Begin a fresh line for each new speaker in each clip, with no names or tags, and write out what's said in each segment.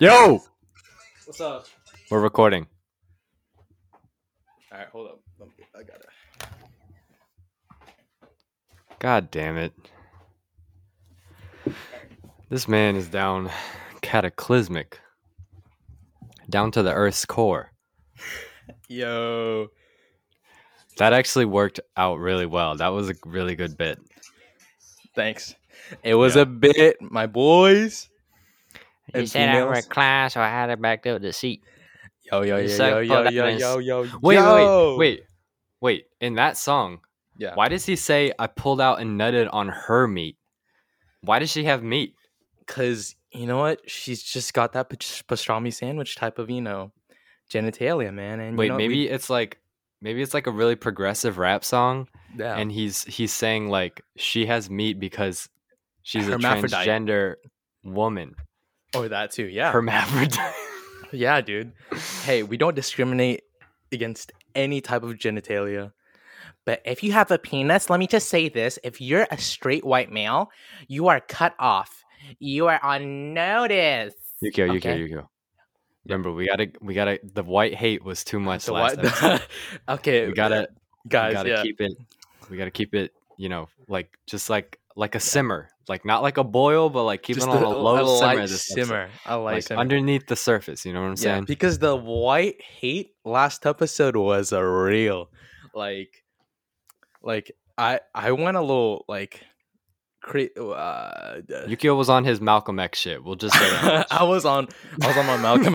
Yo,
What's up?
we're recording.
All right, hold up. Let me- I got it.
God damn it. This man is down cataclysmic. Down to the earth's core.
Yo,
That actually worked out really well. That was a really good bit.
thanks. It was
Yeah.
a bit, my boys.
You
and
said I were in
females.
class, so I had to back up the seat.
Yo, yo, yo,
You
yo,
suck
yo,
butt,
yo,
nice.
yo, yo.
Wait,
yo.
wait, wait. Wait, in that song,
Yeah.
why does he say I pulled out and nutted on her meat? Why does she have meat?
Because you know what? She's just got that pach- pastrami sandwich type of, you know, genitalia, man. And you
Wait,
know, we-
maybe it's like maybe it's like a really progressive rap song
yeah.
and he's he's saying like she has meat because she's a
Hermaphrodite.
transgender woman
or Oh, that too. Yeah.
hermaphrodite
yeah, dude. Hey, we don't discriminate against any type of genitalia. But if you have a penis, let me just say this if you're a straight white male, you are cut off. You are on notice.
yukio yukio
Okay.
yukio remember we gotta we gotta the white hate was too much
So
last
what-
episode.
okay.
we gotta we
guys,
gotta
yeah.
keep it we gotta keep it you know like just like like a simmer like not like a boil but like keep
Just
it on a, low simmer,
light
this episode.
simmer. A light
like
simmer.
underneath the surface you know what i'm
yeah,
saying
because the white hate last episode was a real like like I I went a little like cre- uh,
yukio was on his malcolm x shit we'll just say that
I was on I was on my Malcolm.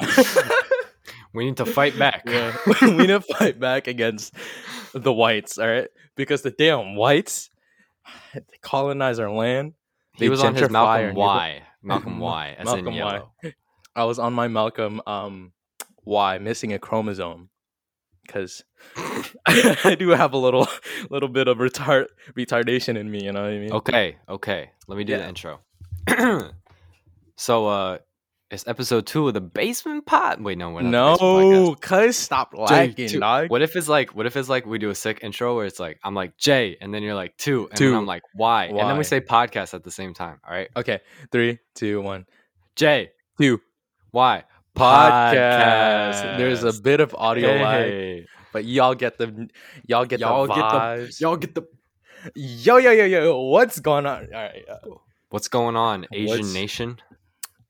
we need to fight back
yeah, we need to fight back against the whites, all right? Because the damn whites they colonize our land.
He
They
was on his
gentrify our
Malcolm
neighbor-
Y. Malcolm
Ma-
Y. As in
Malcolm Y.
yellow.
I was on my Malcolm um Y, missing a chromosome because I do have a little little bit of retard retardation in me. You know what I mean?
Okay, okay. Let me do the
Yeah.
intro. so, uh, it's episode two of the Basement Pod. Wait, no, we're not. the Basement
No, cuz stop
Podcast. Jay,
lagging,
two.
dog.
What if it's like, what if it's like we do a sick intro where it's like, I'm like Jay, and then you're like two, and then
Two.
I'm like why, and then
Why?
we say podcast at the same time. All right,
Okay, three, two, one,
Jay,
two.
why
Podcast. There's a bit of audio lag,
Hey.
but y'all get the y'all get
Y'all
the
get the-
vibes.
Y'all get the.
yo, yo, yo, yo. What's going on? All right, uh,
What's going on, Asian
What's-
Nation,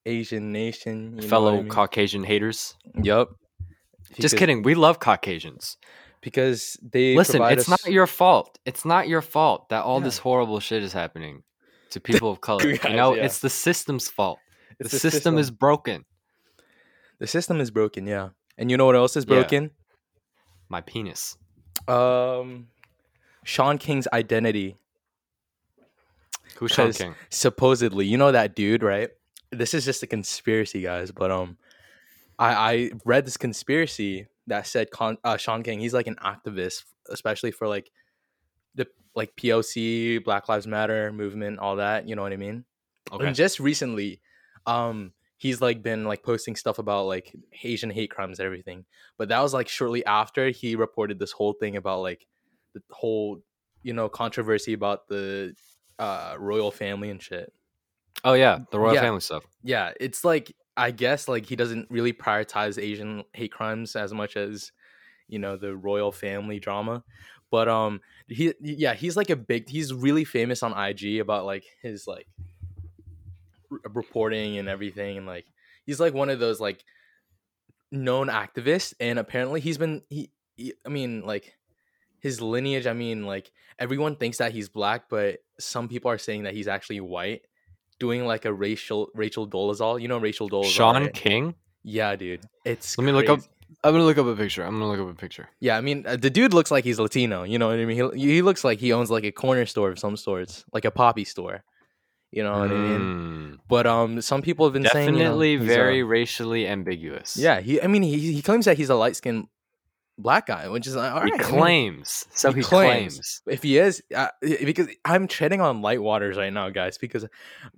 Asian nation, you know
fellow
what I mean? Mm-hmm.
Caucasian haters?
Yep.
Just
Because-
kidding. We love Caucasians.
Because they
Listen,
provide
it's
us-
not your fault. It's not your fault that all
Yeah.
this horrible shit is happening to people of color.
Guys,
you know,
yeah.
it's the system's fault. The,
it's
system, is broken.
the system is broken. Yeah, and you know what else is
Yeah.
broken?
My penis.
Um, Sean King's identity.
Who's Sean
'Cause-
King?
supposedly you know that dude right this is just a conspiracy guys but um i i read this conspiracy that said Con- uh, sean king he's like an activist especially for like the like poc black lives matter movement all that you know what i mean
Okay.
and just recently um he's like been like posting stuff about like asian hate crimes and everything but that was like shortly after he reported this whole thing about like the whole you know controversy about the uh royal family and shit
oh yeah, the royal
Yeah.
family stuff.
yeah it's like i guess like he doesn't really prioritize asian hate crimes as much as you know the royal family drama but um he yeah he's like a big he's really famous on ig about like his like r- reporting and everything and like he's like one of those like known activists and apparently he's been he, he i mean like his lineage i mean like everyone thinks that he's black but some people are saying that he's actually white doing like a racial rachel dolezal you know rachel dolezal
Sean
right?
King.
yeah dude it's
Let me look up.
crazy.
I'm gonna look up a picture. I'm gonna look up a picture.
Yeah, I mean, uh, the dude looks like he's Latino. You know what I mean? He, he looks like he owns like a corner store of some sorts, like a poppy store. You know what I mean?
Mm,
But um, some people have been saying you know,
Definitely
he's, uh,
very racially ambiguous.
yeah, he. I mean, he, he claims that he's a light skinned black guy, which is like, all
He
right. I mean,
claims. So
he
he, claims.
claims. if he is, uh, i- because I'm treading on light waters right now, guys, because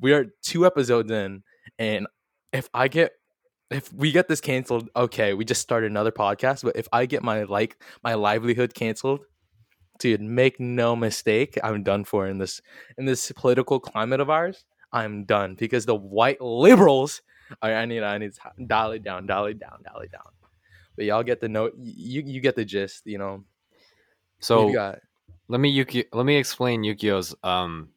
we are two episodes in, and if I get if we get this canceled, okay, we just start another podcast. But if I get my like my livelihood canceled, dude, make no mistake, I'm done for in this in this political climate of ours. I'm done because the white liberals I, I need I need to dial it down, dial it down, dial it down. But y'all get the note. You you get the gist. You know.
So
We've got-
let me Yuki let me explain Yukio's um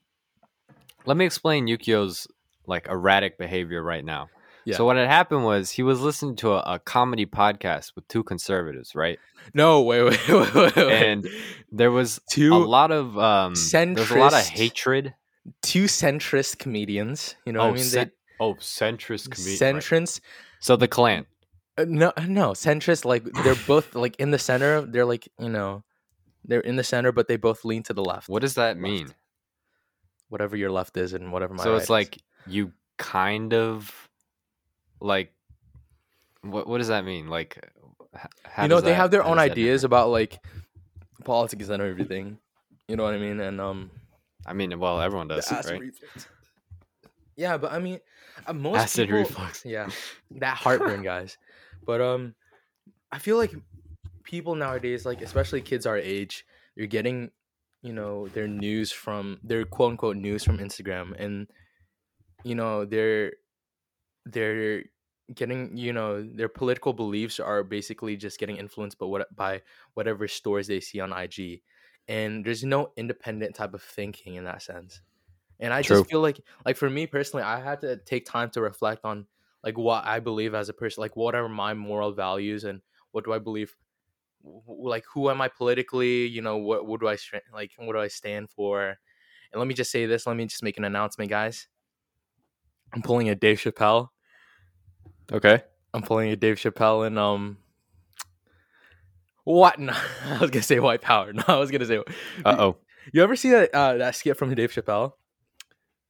let me explain Yukio's like erratic behavior right now.
Yeah.
So what had happened was he was listening to a, a comedy podcast with two conservatives, right?
no wait wait wait wait. wait.
And There was
two
a lot of um there's a lot of
centrist-
hatred.
two centrist comedians. You know what I
oh,
mean?
cen- oh, centrist
they,
comedian. right.
centrist.
So the Klan.
uh, no, uh, no, centrist. Like they're both like in the center. They're like you know, they're in the center, but they both lean to the left.
What does that mean?
Whatever your left is, and whatever my.
So
right
it's
is.
like you kind of like what what does that mean? Like h- how
you know
does
they
that-
have their
how
own
does that
ideas
differ?
about like politics and everything. You know what I mean? And um,
I mean, well, everyone
the
does,
acid
right?
reflux. Yeah, but I mean, uh, most
Acid
people-
reflux.
Yeah, that heartburn, guys. But um, I feel like people nowadays, like especially kids our age, they're getting, you know, their news from their quote unquote news from Instagram, and you know they're they're getting you know their political beliefs are basically just getting influenced by what by whatever stories they see on IG, and there's no independent type of thinking in that sense. And I
True.
just feel like like for me personally, I had to take time to reflect on like what I believe as a person, like what are my moral values and what do I believe, w- w- like who am I politically, you know, what what do I stra- like what do I stand for? And let me just say this. Let me just make an announcement, guys. I'm pulling a Dave Chappelle.
Okay.
I'm pulling a Dave Chappelle and um. What? No, I was gonna say white power. No, I was gonna say.
Uh oh.
You ever see that uh, that skit from Dave Chappelle?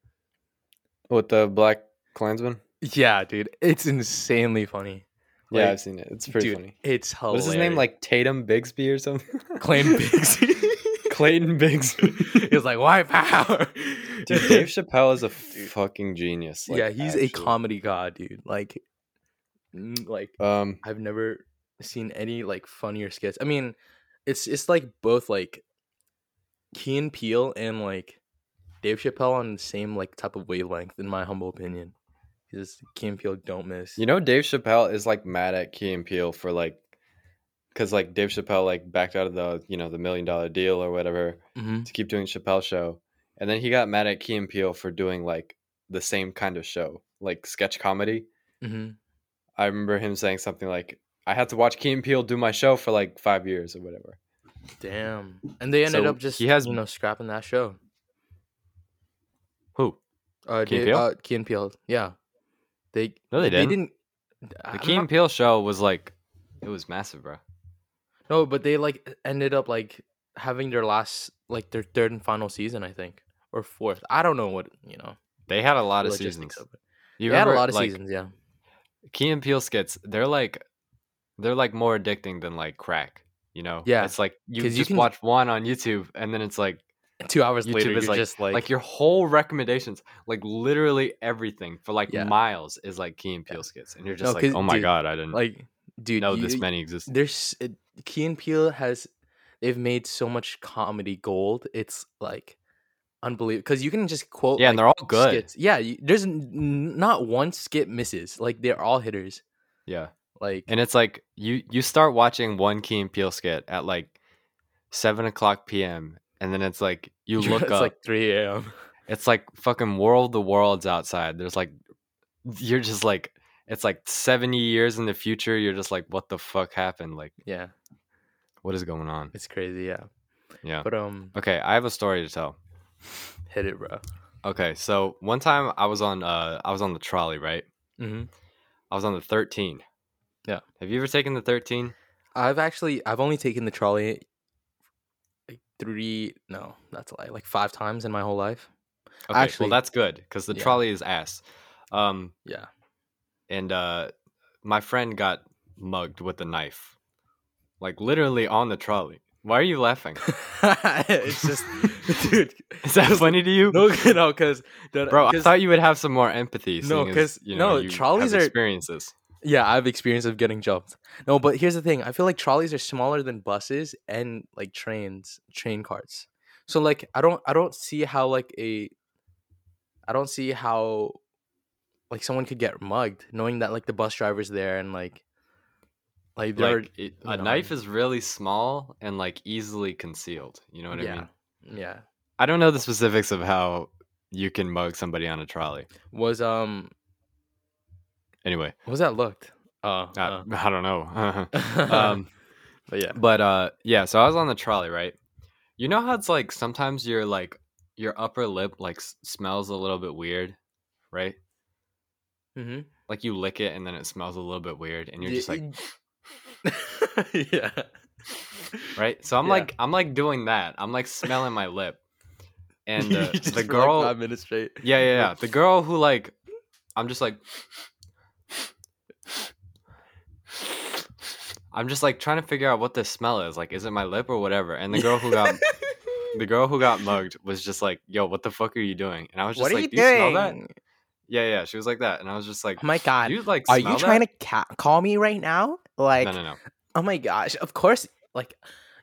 With the Black Klansman?
Yeah, dude, it's insanely funny.
Yeah,
Like,
I've seen it. It's pretty
dude,
funny.
It's hilarious.
What is his name? Like Tatum Bigsby or something?
Clan Bixby?
Clayton Bigsby.
he was like, "White power."
Dude, Dave Chappelle is a fucking genius. like,
yeah, he's
actually.
a comedy god, dude. Like, mm, like
Um,
I've never seen any like funnier skits. I mean, it's it's like both like Keen Peele and like Dave Chappelle on the same like type of wavelength, in my humble opinion. Because Keen Peele don't miss.
you know, Dave Chappelle is like mad at Key and Peele for like, because like Dave Chappelle like backed out of the you know the million dollar deal or whatever
Mhm.
to keep doing Chappelle show, and then he got mad at Key and Peele for doing like the same kind of show, like sketch comedy.
Mhm.
I remember him saying something like, "I had to watch Key and Peele do my show for like five years or whatever."
Damn. And they ended
So
up just
he has-
you know scrapping that show.
Who?
Uh,
Key and
Dave,
Peele?
Uh, Key and Peele. Yeah. They
No, they didn't.
I'm
The
not-
Key and Peele show was like, it was massive, bro.
No, but they like ended up like having their last like their third and final season, I think, or fourth. I don't know what you know.
They had a lot of
logistics
seasons.
of it.
You
they had a
remember,
lot of
like,
seasons, yeah.
Key and Peele skits, they're like, they're like more addicting than like crack. You know,
Yeah,
It's like you
'cause
just
you can-
watch one on YouTube, and then it's like
Two hours
YouTube
later,
is
you're just like,
like, your whole recommendations, like literally everything for like
Yeah.
miles is like Key and Peele skits, and you're just
No,
like,
'cause,
oh my
dude,
god, I didn't
like, dude,
know
you,
this many existed.
There's it, Key and Peele has they've made so much comedy gold. It's like unbelievable because you can just quote
Yeah, and
like,
they're all good.
skits. Yeah, you, there's n- n- not one skit misses. Like they're all hitters.
Yeah.
Like
and it's like you you start watching one Key and Peele skit at like seven o'clock p.m. and then it's like you look
it's
up,
like 3 a.m.
it's like fucking world the world's outside. There's like you're just like it's like seventy years in the future. You're just like what the fuck happened? Like
Yeah,
what is going on?
it's crazy. Yeah,
Yeah.
but um,
Okay, I have a story to tell.
hit it, bro.
Okay, so one time I was on uh I was on the trolley right.
Mm-hmm.
I was on the thirteen.
Yeah.
Have you ever taken the thirteen?
I've actually I've only taken the trolley like three no, that's a lie, like five times in my whole life.
Okay,
Actually-
well that's good because the
Yeah.
trolley is ass. Um,
Yeah.
and uh, my friend got mugged with a knife, like literally on the trolley. Why are you laughing?
it's just dude
Is that funny to you,
no no cause that-
bro? I
'cause-
thought you would have some more empathy.
No,
seeing as,
'cause-
you know,
no,
you
trolleys
have
are-
experiences.
yeah, I have experience of getting jumped. No, but here's the thing. I feel like trolleys are smaller than buses and like trains, train carts. So like I don't I don't see how like a I don't see how like someone could get mugged knowing that like the bus driver's there and like like they're
like it,
you
a
know,
knife
I'm-
is really small and like easily concealed. You know what I
yeah
mean?
yeah
I don't know the specifics of how you can mug somebody on a trolley.
was um
Anyway,
what was that looked uh,
I, I don't know.
uh.
Ah. um,
but yeah
but uh, yeah. So I was on the trolley, right? You know how it's like sometimes your like your upper lip like s- smells a little bit weird, right?
mm-hmm.
Like you lick it and then it smells a little bit weird, and you're just like,
yeah
right? So I'm
Yeah.
like, I'm like doing that. I'm like smelling my lip, and uh,
You just
the
for, like,
girl,
five minutes straight
yeah, yeah, yeah, the girl who like, I'm just like, I'm just like trying to figure out what this smell is. Like, is it my lip or whatever? And the girl who got the girl who got mugged was just like, "Yo, what the fuck are you doing?" And I was just
what are
like,
you
"Do
doing
you smell that?" Yeah, yeah. She was like that, and I was just like,
oh my god
"Do you like?
are
smell
you trying
that?
to ca- call me right now like
No, no, no.
Oh my gosh! Of course, like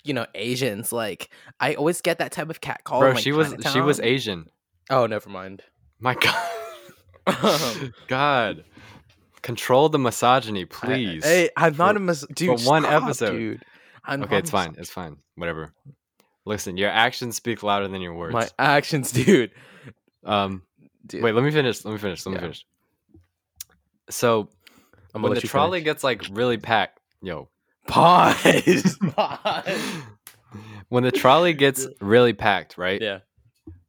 you know, Asians. Like I always get that type of cat call.
Bro,
in, like,
she was she was
Chinatown.
Asian.
Oh, never mind. Um,
My God, God, control the misogyny, please.
Oh. I, hey, I'm not
For-
a mis- dude.
one
stop,
episode.
dude. I'm
okay,
not
it's
a
fine. It's fine. Whatever. Listen, your actions speak louder than your
mis-
words.
My actions, dude.
um,
Dude,
wait, let me finish. Let me finish. Let me
Yeah.
finish. So
I'm
when the trolley gets like really packed, yo,
pause. Pause.
when the trolley gets really packed, right?
yeah.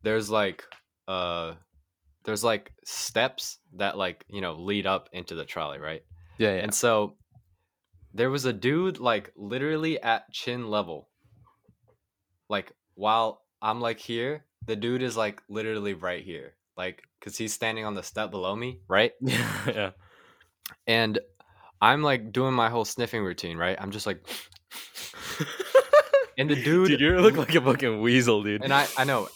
there's like uh there's like steps that like you know lead up into the trolley right
Yeah. Yeah.
and so there was a dude like literally at chin level like while i'm like here the dude is like literally right here like because he's standing on the step below me right
yeah. Yeah.
and i'm like doing my whole sniffing routine right i'm just like and the dude,
Dude, you look like a fucking weasel, dude.
and I I know,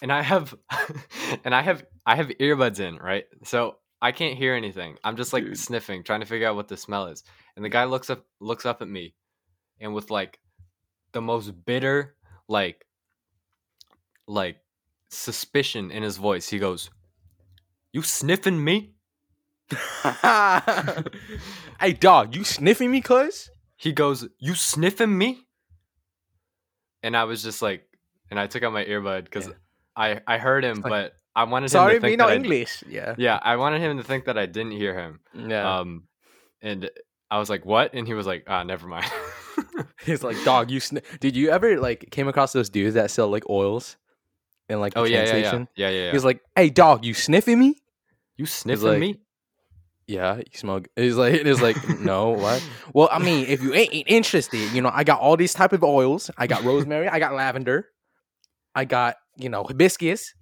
and I have, and I have I have earbuds in, right? So I can't hear anything. I'm just like
Dude.
sniffing, trying to figure out what the smell is. And the guy looks up looks up at me, and with like the most bitter like like suspicion in his voice, he goes, "You sniffing me?"
hey, dog, you sniffing me, cuz?
He goes, "You sniffing me?" And I was just like, and I took out my earbud because
Yeah.
I I heard him,
like,
but I wanted
Sorry,
him to
me
think
no
that I-
English. Yeah. Uh,
yeah, I wanted him to think that I didn't hear him.
Yeah.
Um, and I was like, "What?" And he was like, "Ah, never mind."
He's like, dog, you sn- did you ever like came across those dudes that sell like oils and like the
oh yeah,
train
yeah, yeah,
station?
yeah, yeah. yeah.
He's like, hey, dog, you sniffing me?
"You sniffing
like,
me?"
Yeah, you smell. Good. He's like, he's like, no, what? Well, I mean, if you ain't, ain't interested, you know, I got all these type of oils. I got rosemary. I got lavender. I got you know hibiscus.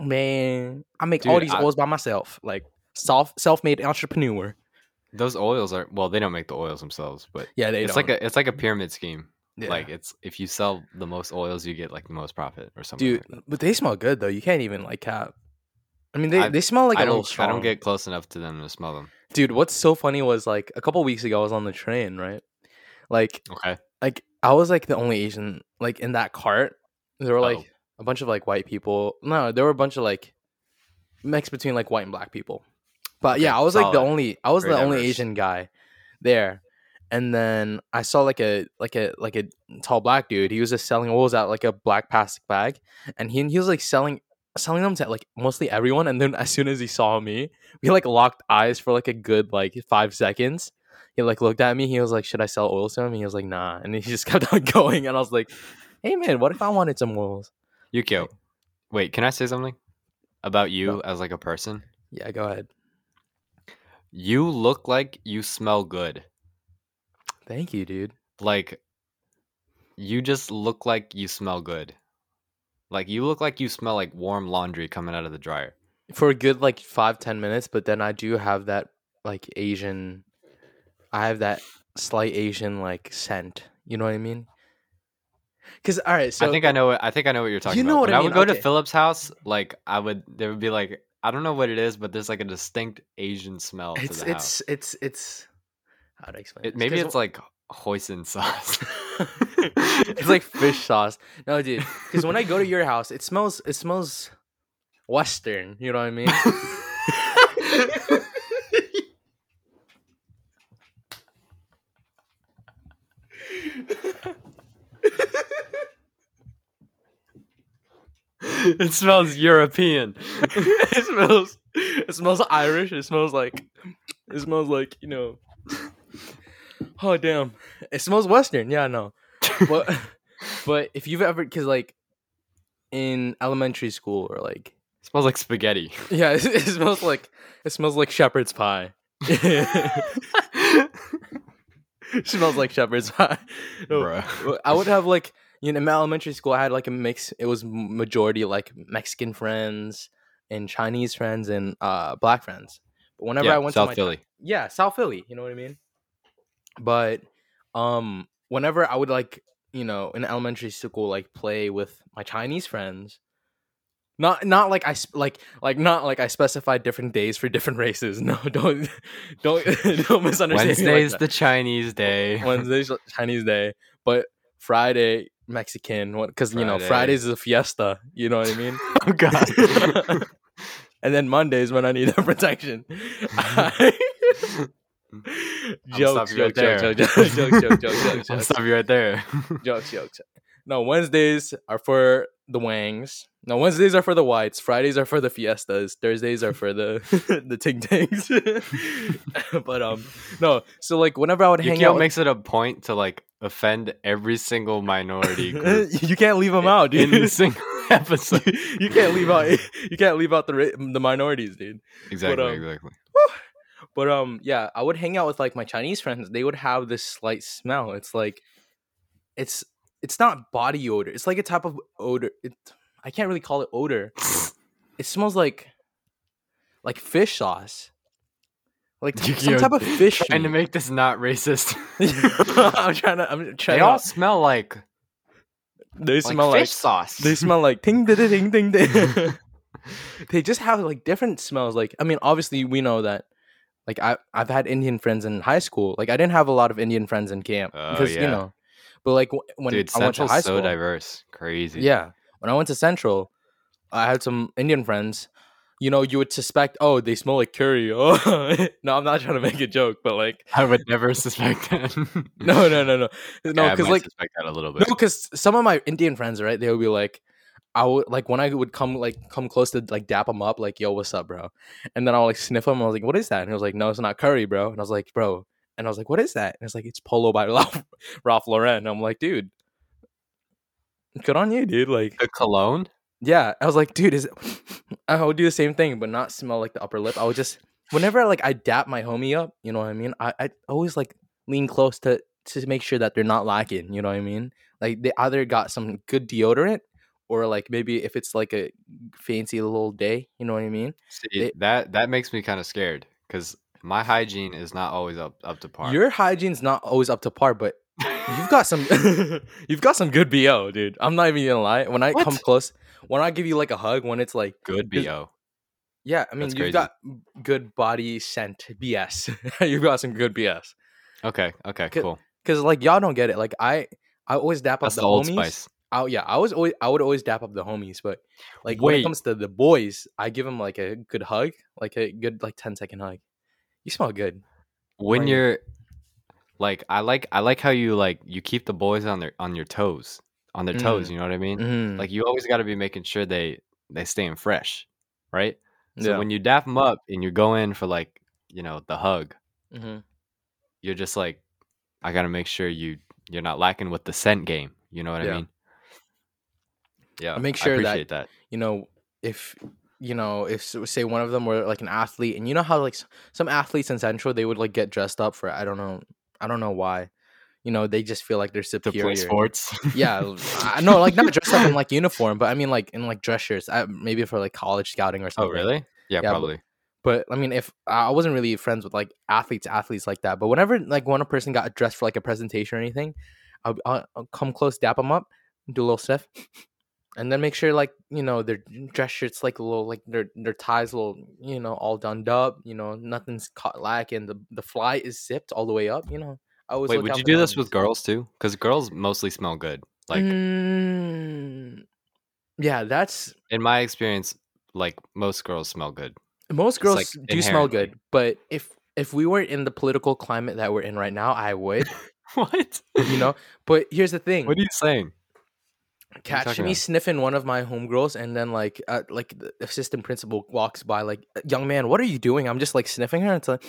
Man, I make all
Dude,
these
I-
oils by myself. Like self self made entrepreneur.
Those oils are well, they don't make the oils themselves, but
Yeah, they
it's
don't.
like a it's like a pyramid scheme.
Yeah.
Like it's if you sell the most oils, you get like the most profit or something.
dude,
like that.
but they smell good though. You can't even like cap. I mean, they,
I-
they smell like a
I
little
don't I
strong.
don't get close enough to them to smell them.
dude what's so funny was like a couple weeks ago i was on the train right like
Okay,
like i was like the only asian like in that cart there were like
Uh-oh.
a bunch of like white people no there were a bunch of like mix between like white and black people but yeah
Okay,
i was like the
solid.
only i was
Very
the only
diverse.
asian guy there and then i saw like a like a like a tall black dude he was just selling what was that like a black plastic bag and he, he was like selling selling them to like mostly everyone and then as soon as he saw me we like locked eyes for like a good like five seconds he like looked at me he was like should i sell oils to him and he was like nah and he just kept on going and i was like hey man what if i wanted some oils
Yukio, wait, can I say something about you
No.
as like a person?
yeah go ahead
You look like you smell good.
thank you dude
like you just look like you smell good like you look like you smell like warm laundry coming out of the dryer
for a good like five ten minutes but then i do have that like asian i have that slight asian like scent you know what i mean because all right so
i think i know what i think i know what you're talking
You know
about when
what I
i,
mean,
would go
okay.
to philip's house like i would there would be like i don't know what it is but there's like a distinct asian smell to
it's
the house
it's it's it's how to explain
it, maybe
'Cause
it's like hoisin sauce
it's like fish sauce. No, dude, because when I go to your house, it smells it smells Western. You know what I mean?
it smells European.
it smells. It smells Irish. It smells like. It smells like you know. Oh damn! It smells Western. Yeah, no. But but if you've ever, because like, in elementary school or like,
smells like spaghetti.
yeah, it, it smells like it smells like shepherd's pie. smells like shepherd's pie. No,
Bruh.
well, I would have like you know, in my elementary school, I had like a mix. It was m- majority like Mexican friends and Chinese friends and uh black friends. But whenever
Yeah,
I went
South
to my
Philly.
yeah, South Philly, you know what I mean. But um, whenever I would like you know in elementary school like play with my Chinese friends. Not, not like I sp- like like not like I specified different days for different races. No, don't, don't, don't misunderstand. me like
Wednesday's
that.
the Chinese day.
Wednesday's Chinese day, but Friday Mexican. What? Because you know
Friday.
Fridays is a fiesta. You know what I mean.
Oh God.
and then Mondays when I need their protection.
I'ma stop
jokes,
you right
jokes, jokes,
there.
jokes, jokes, jokes, jokes, jokes,
I'll
jokes,
stop you right there.
jokes, jokes. No, Wednesdays are for the Wangs. No, Wednesdays are for the Whites. Fridays are for the Fiestas. Thursdays are for the the Ting Tangs. but um, no. So like, whenever I would hang out,
Yukio
with-
makes it a point to like offend every single minority group
you can't leave them out, dude.
in a single episode.
you can't leave out you can't leave out the ra- the minorities, dude.
Exactly,
um,
exactly.
But um, yeah, I would hang out with like my Chinese friends. They would have this slight smell. It's like, it's it's not body odor. It's like a type of odor. It, I can't really call it odor. It smells like like fish sauce, like t- some
Yukio
type of fish.
Trying to
meat.
make this not racist.
I'm trying to. I'm trying.
they
to,
all smell like,
they
like
smell like,
fish sauce.
They smell like ting da da ding ding ding. they just have like different smells. Like I mean, obviously we know that. Like I I've had Indian friends in high school. Like I didn't have a lot of Indian friends in camp
Oh,
because you
yeah.
know. But like w- when
Dude,
I went to
Central's
high
so
school,
diverse. Crazy.
yeah, when I went to Central, I had some Indian friends. You know, you would suspect, oh, they smell like curry. Oh, no, I'm not trying to make a joke, but like,
I would never suspect that.
no, no, no, no, no,
Yeah, I
because
might
like
suspect that a little
No,
bit.
because some of my Indian friends, right? They would be like, I would like when I would come like come close to like dap them up, like, yo, what's up, bro? And then I would like sniff them. I was like, what is that? And he was like, no, it's not curry, bro. And I was like, bro. And I was like, what is that? And it's like, it's Polo by Ralph, Ralph Lauren. And I'm like, dude, good on you, dude. Like,
The cologne.
yeah. I was like, dude, is I would do the same thing, but not smell like the upper lip. I would just whenever like I dap my homie up, you know what I mean? I, I always like lean close to to make sure that they're not lacking, you know what I mean? Like they either got some good deodorant or like maybe if it's like a fancy little day, you know what I mean?
See,
It-
that that makes me kind of scared because my hygiene is not always up up to par.
Your hygiene's not always up to par, but you've got some you've got some good BO, dude. I'm not even gonna lie. When I come
What?
close, when I give you like a hug, when it's like
good
Is-
bo.
Yeah, I mean,
That's
you've
crazy.
got good body scent BS. you've got some good BS.
Okay, okay,
Ca-
cool.
Cause like y'all don't get it. Like I, I always dap
That's
up the,
the old
homies.
spice.
I, yeah, I was always, I would always dap up the homies, but like when it
Wait.
comes to the boys, I give them like a good hug, like a good like 10 second hug. You smell good.
When
Right.
you're like, I like I like how you like you keep the boys on their on your toes on their toes. You know what I mean?
Mm,
Like you always got to be making sure they they staying fresh, right? So
yeah.
when you dap them up and you go in for like you know the hug,
Mhm.
you're just like, I gotta make sure you you're not lacking with the scent game. You know what
Yeah.
I mean? Yeah,
make sure
I
that-
appreciate that.
you know, if you know, if s- say one of them were like an athlete, and you know how like s- some athletes in Central they would like get dressed up for I don't know, I don't know why. You know, they just feel like they're
to
superior.
play sports.
yeah, I know, like not dressed up in like uniform, but I mean like in like dress shirts, I, maybe for like college scouting or
oh,
something.
really? Yeah,
but-
probably.
But I mean, if I wasn't really friends with like athletes, athletes like that, but whenever like one person got dressed for like a presentation or anything, I'll, I'll, I'll come close, dap them up, do a little sniff, and then make sure like you know their dress shirts like a little like their their ties a little you know all done up, you know nothing's caught lacking, the the fly is zipped all the way up, you know. I always
Wait,
look
would
out
you
for
do this
elements.
with girls too? Because girls mostly smell good. Like
Mm, yeah, that's
in my experience, like most girls smell good.
most
It's,
girls
like,
do smell
inherently.
good, but if if we were in the political climate that we're in right now, I would.
What?
you know. But here's the thing:
What are you saying? you
catch
talking
me
about?
sniffing one of my homegirls, and then like uh, like the assistant principal walks by, like, "Uh, "Young man, what are you doing?" I'm just like sniffing her. It's like,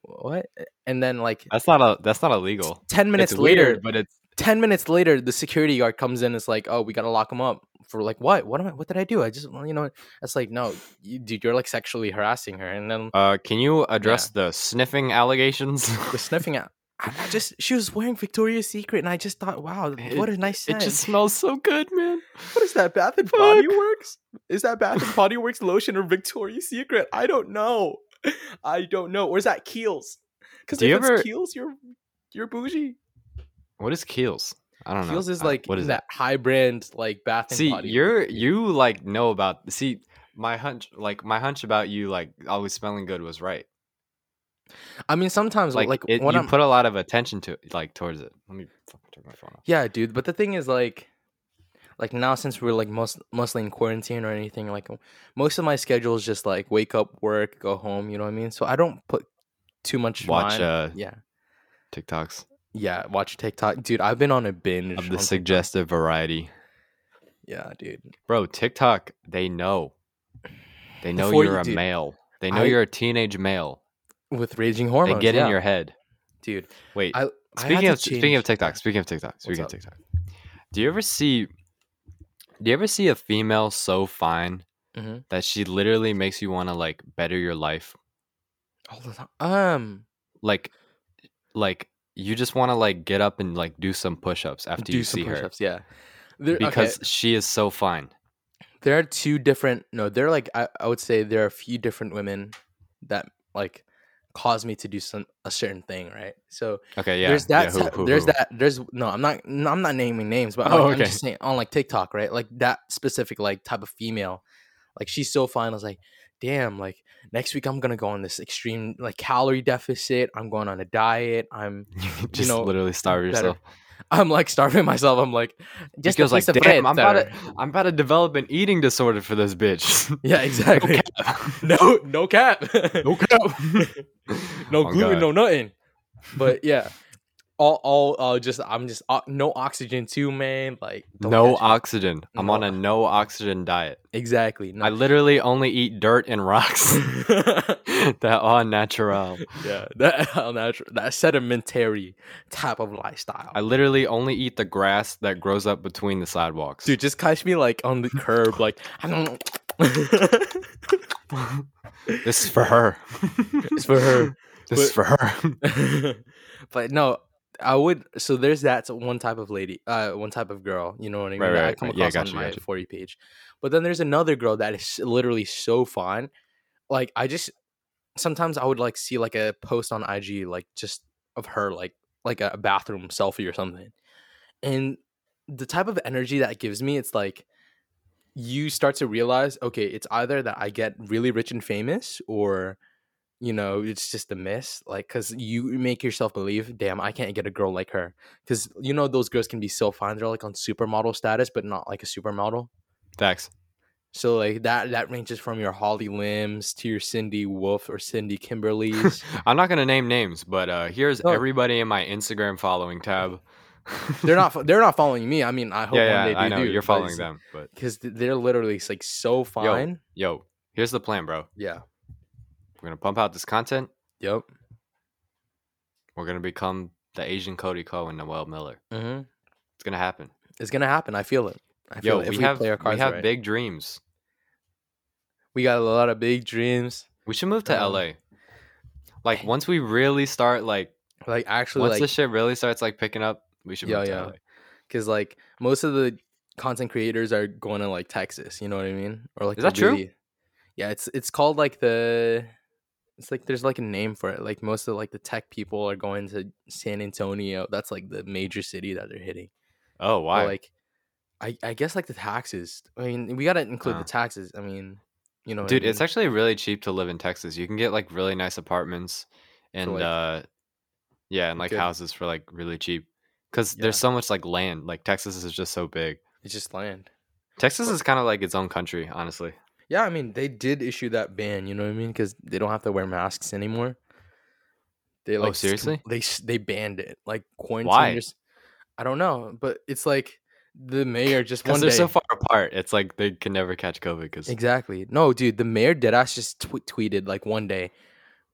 what? And then like
That's not a that's not illegal.
ten minutes
it's
later,
weird, but it's
10 minutes later the security guard comes in it's like oh we gotta lock him up for like what what am i what did i do i just well, you know it's like no you, dude you're like sexually harassing her and then
uh can you address the sniffing allegations?
the sniffing out I, I just she was wearing victoria's secret and i just thought wow what a nice
it
scent.
just smells so good, man.
what is that bath and body works is that bath and body works lotion or victoria's secret i don't know i don't know or is that keels because
Do
if
you
it's
ever-
keels you're you're bougie
What is Keels? I don't know.
keels is
Uh,
like
what is
that high brand like bath and
See,
body
you're you like know about see my hunch like my hunch about you like always smelling good was right.
i mean sometimes
Like,
like,
it,
when
you
i'm
put a lot of attention to like towards it. Let me fucking turn my phone off.
Yeah, dude. But the thing is, like, like now since we're like most mostly in quarantine or anything, like most of my schedule is just like wake up, work, go home. You know what I mean? So I don't put too much.
Watch
mind-
uh
yeah,
TikToks
yeah. Watch TikTok, dude. I've been on a binge.
of
on
the
Tik-
suggestive variety.
yeah, dude.
Bro, TikTok, they know. They know
Before you
you're a
do-
male. They know
I-
you're a teenage male.
With raging hormones.
they get
yeah.
in your head.
dude.
Wait.
I- I had
speaking
to
of speaking of
change-
TikTok, speaking of TikTok, speaking
up?
of TikTok. Do you ever see do you ever see a female so fine
Mhm.
that she literally makes you want to like better your life?
all the time. Um,
Like like you just want to like get up and like do some push-ups after
do
you
some
see her
push-ups. Yeah, there, okay,
because she is so fine.
there are two different. No, there are like I, I would say there are a few different women that like cause me to do some a certain thing, right? So
Okay, yeah.
there's that
yeah, who-
type-
who-
there's
who?
that there's no i'm not no, i'm not naming names but
Oh,
like, i'm
okay.
just saying on like tiktok right like that specific like type of female like she's so fine i was like damn like next week i'm gonna go on this extreme like calorie deficit i'm going on a diet i'm
just
know,
literally starve
better.
yourself.
i'm like starving myself i'm like just a
Just goes like,
piece of
damn, I'm
bread,
about,
sir."
to, I'm about to develop an eating disorder for this bitch.
yeah exactly no no cap
no cap.
no
Oh,
gluten,
God.
no nothing. But yeah, all all uh, just I'm just uh, no oxygen too, man. Like don't
No
catch-
oxygen. I'm on
No.
a no oxygen diet.
exactly.
I
No.
literally only eat dirt and rocks that are natural.
yeah, that all natural, that sedimentary type of lifestyle.
I literally only eat the grass that grows up between the sidewalks.
Dude, just catch me like on the curb, like
This is for her.
it's for her.
This is for her.
but no, I would. So there's that t- one type of lady, uh, one type of girl. You know what I mean?
Right,
that I
right,
come
right. Yeah,
across
gotcha,
on my
gotcha.
for you page. But then there's another girl that is literally so fine. Like I just sometimes I would like see like a post on IG like just of her like like a bathroom selfie or something, and the type of energy that gives me, it's like you start to realize, okay, it's either that I get really rich and famous or you know, it's just a miss. Like, cause you make yourself believe, damn, I can't get a girl like her. Cause you know, those girls can be so fine. They're like on supermodel status, but not like a supermodel.
Thanks.
So like that that ranges from your Holly Limbs to your Cindy Wolf or Cindy Kimberly's.
I'm not gonna name names, but uh, here's
No.
everybody in my Instagram following tab.
they're not fo- they're not following me. I mean, I hope
yeah,
one
yeah,
day they
I know
do.
you're following them, but
because they're literally like so fine.
yo, here's the plan, bro.
Yeah.
We're gonna pump out this content.
Yep.
We're gonna become the Asian Cody Ko and Noel Miller.
hmm
It's gonna happen.
It's gonna happen. I feel it. I feel
Yo,
it. If
we have
play our
we
cards
have
right.
big dreams.
We got a lot of big dreams.
We should move to
Um,
LA. Like once we really start, like
Like actually,
once
like
this shit really starts like picking up, we should
Yeah,
move to
yeah.
LA.
because like most of the content creators are going to like Texas. You know what I mean? Or like
Is
the
that true?
really- Yeah, it's it's called like the. It's like there's like a name for it. Like most of like the tech people are going to San Antonio. That's like the major city that they're hitting.
Oh,
But,
why?
like, I I guess like the taxes. I mean, we gotta include
Uh.
the taxes. I mean, you know, what I
Dude, it's
mean?
actually really cheap to live in Texas. You can get like really nice apartments and
like-
uh yeah, and like
Good.
houses for like really cheap. Cuz
Yeah.
there's so much like land. Like Texas is just so big.
it's just land.
Texas is kind of like its own country, honestly.
Yeah, I mean, they did issue that ban. You know what I mean? Because they don't have to wear masks anymore. They
Oh,
like s- com-
seriously?
They s- they banned it. Like quarantine.
Why?
yours- I don't know, but it's like the mayor just
Because
one
they're
day.
so far apart, it's like they can never catch COVID. Because
Exactly. No, dude, the mayor deadass just tw- tweeted like one day,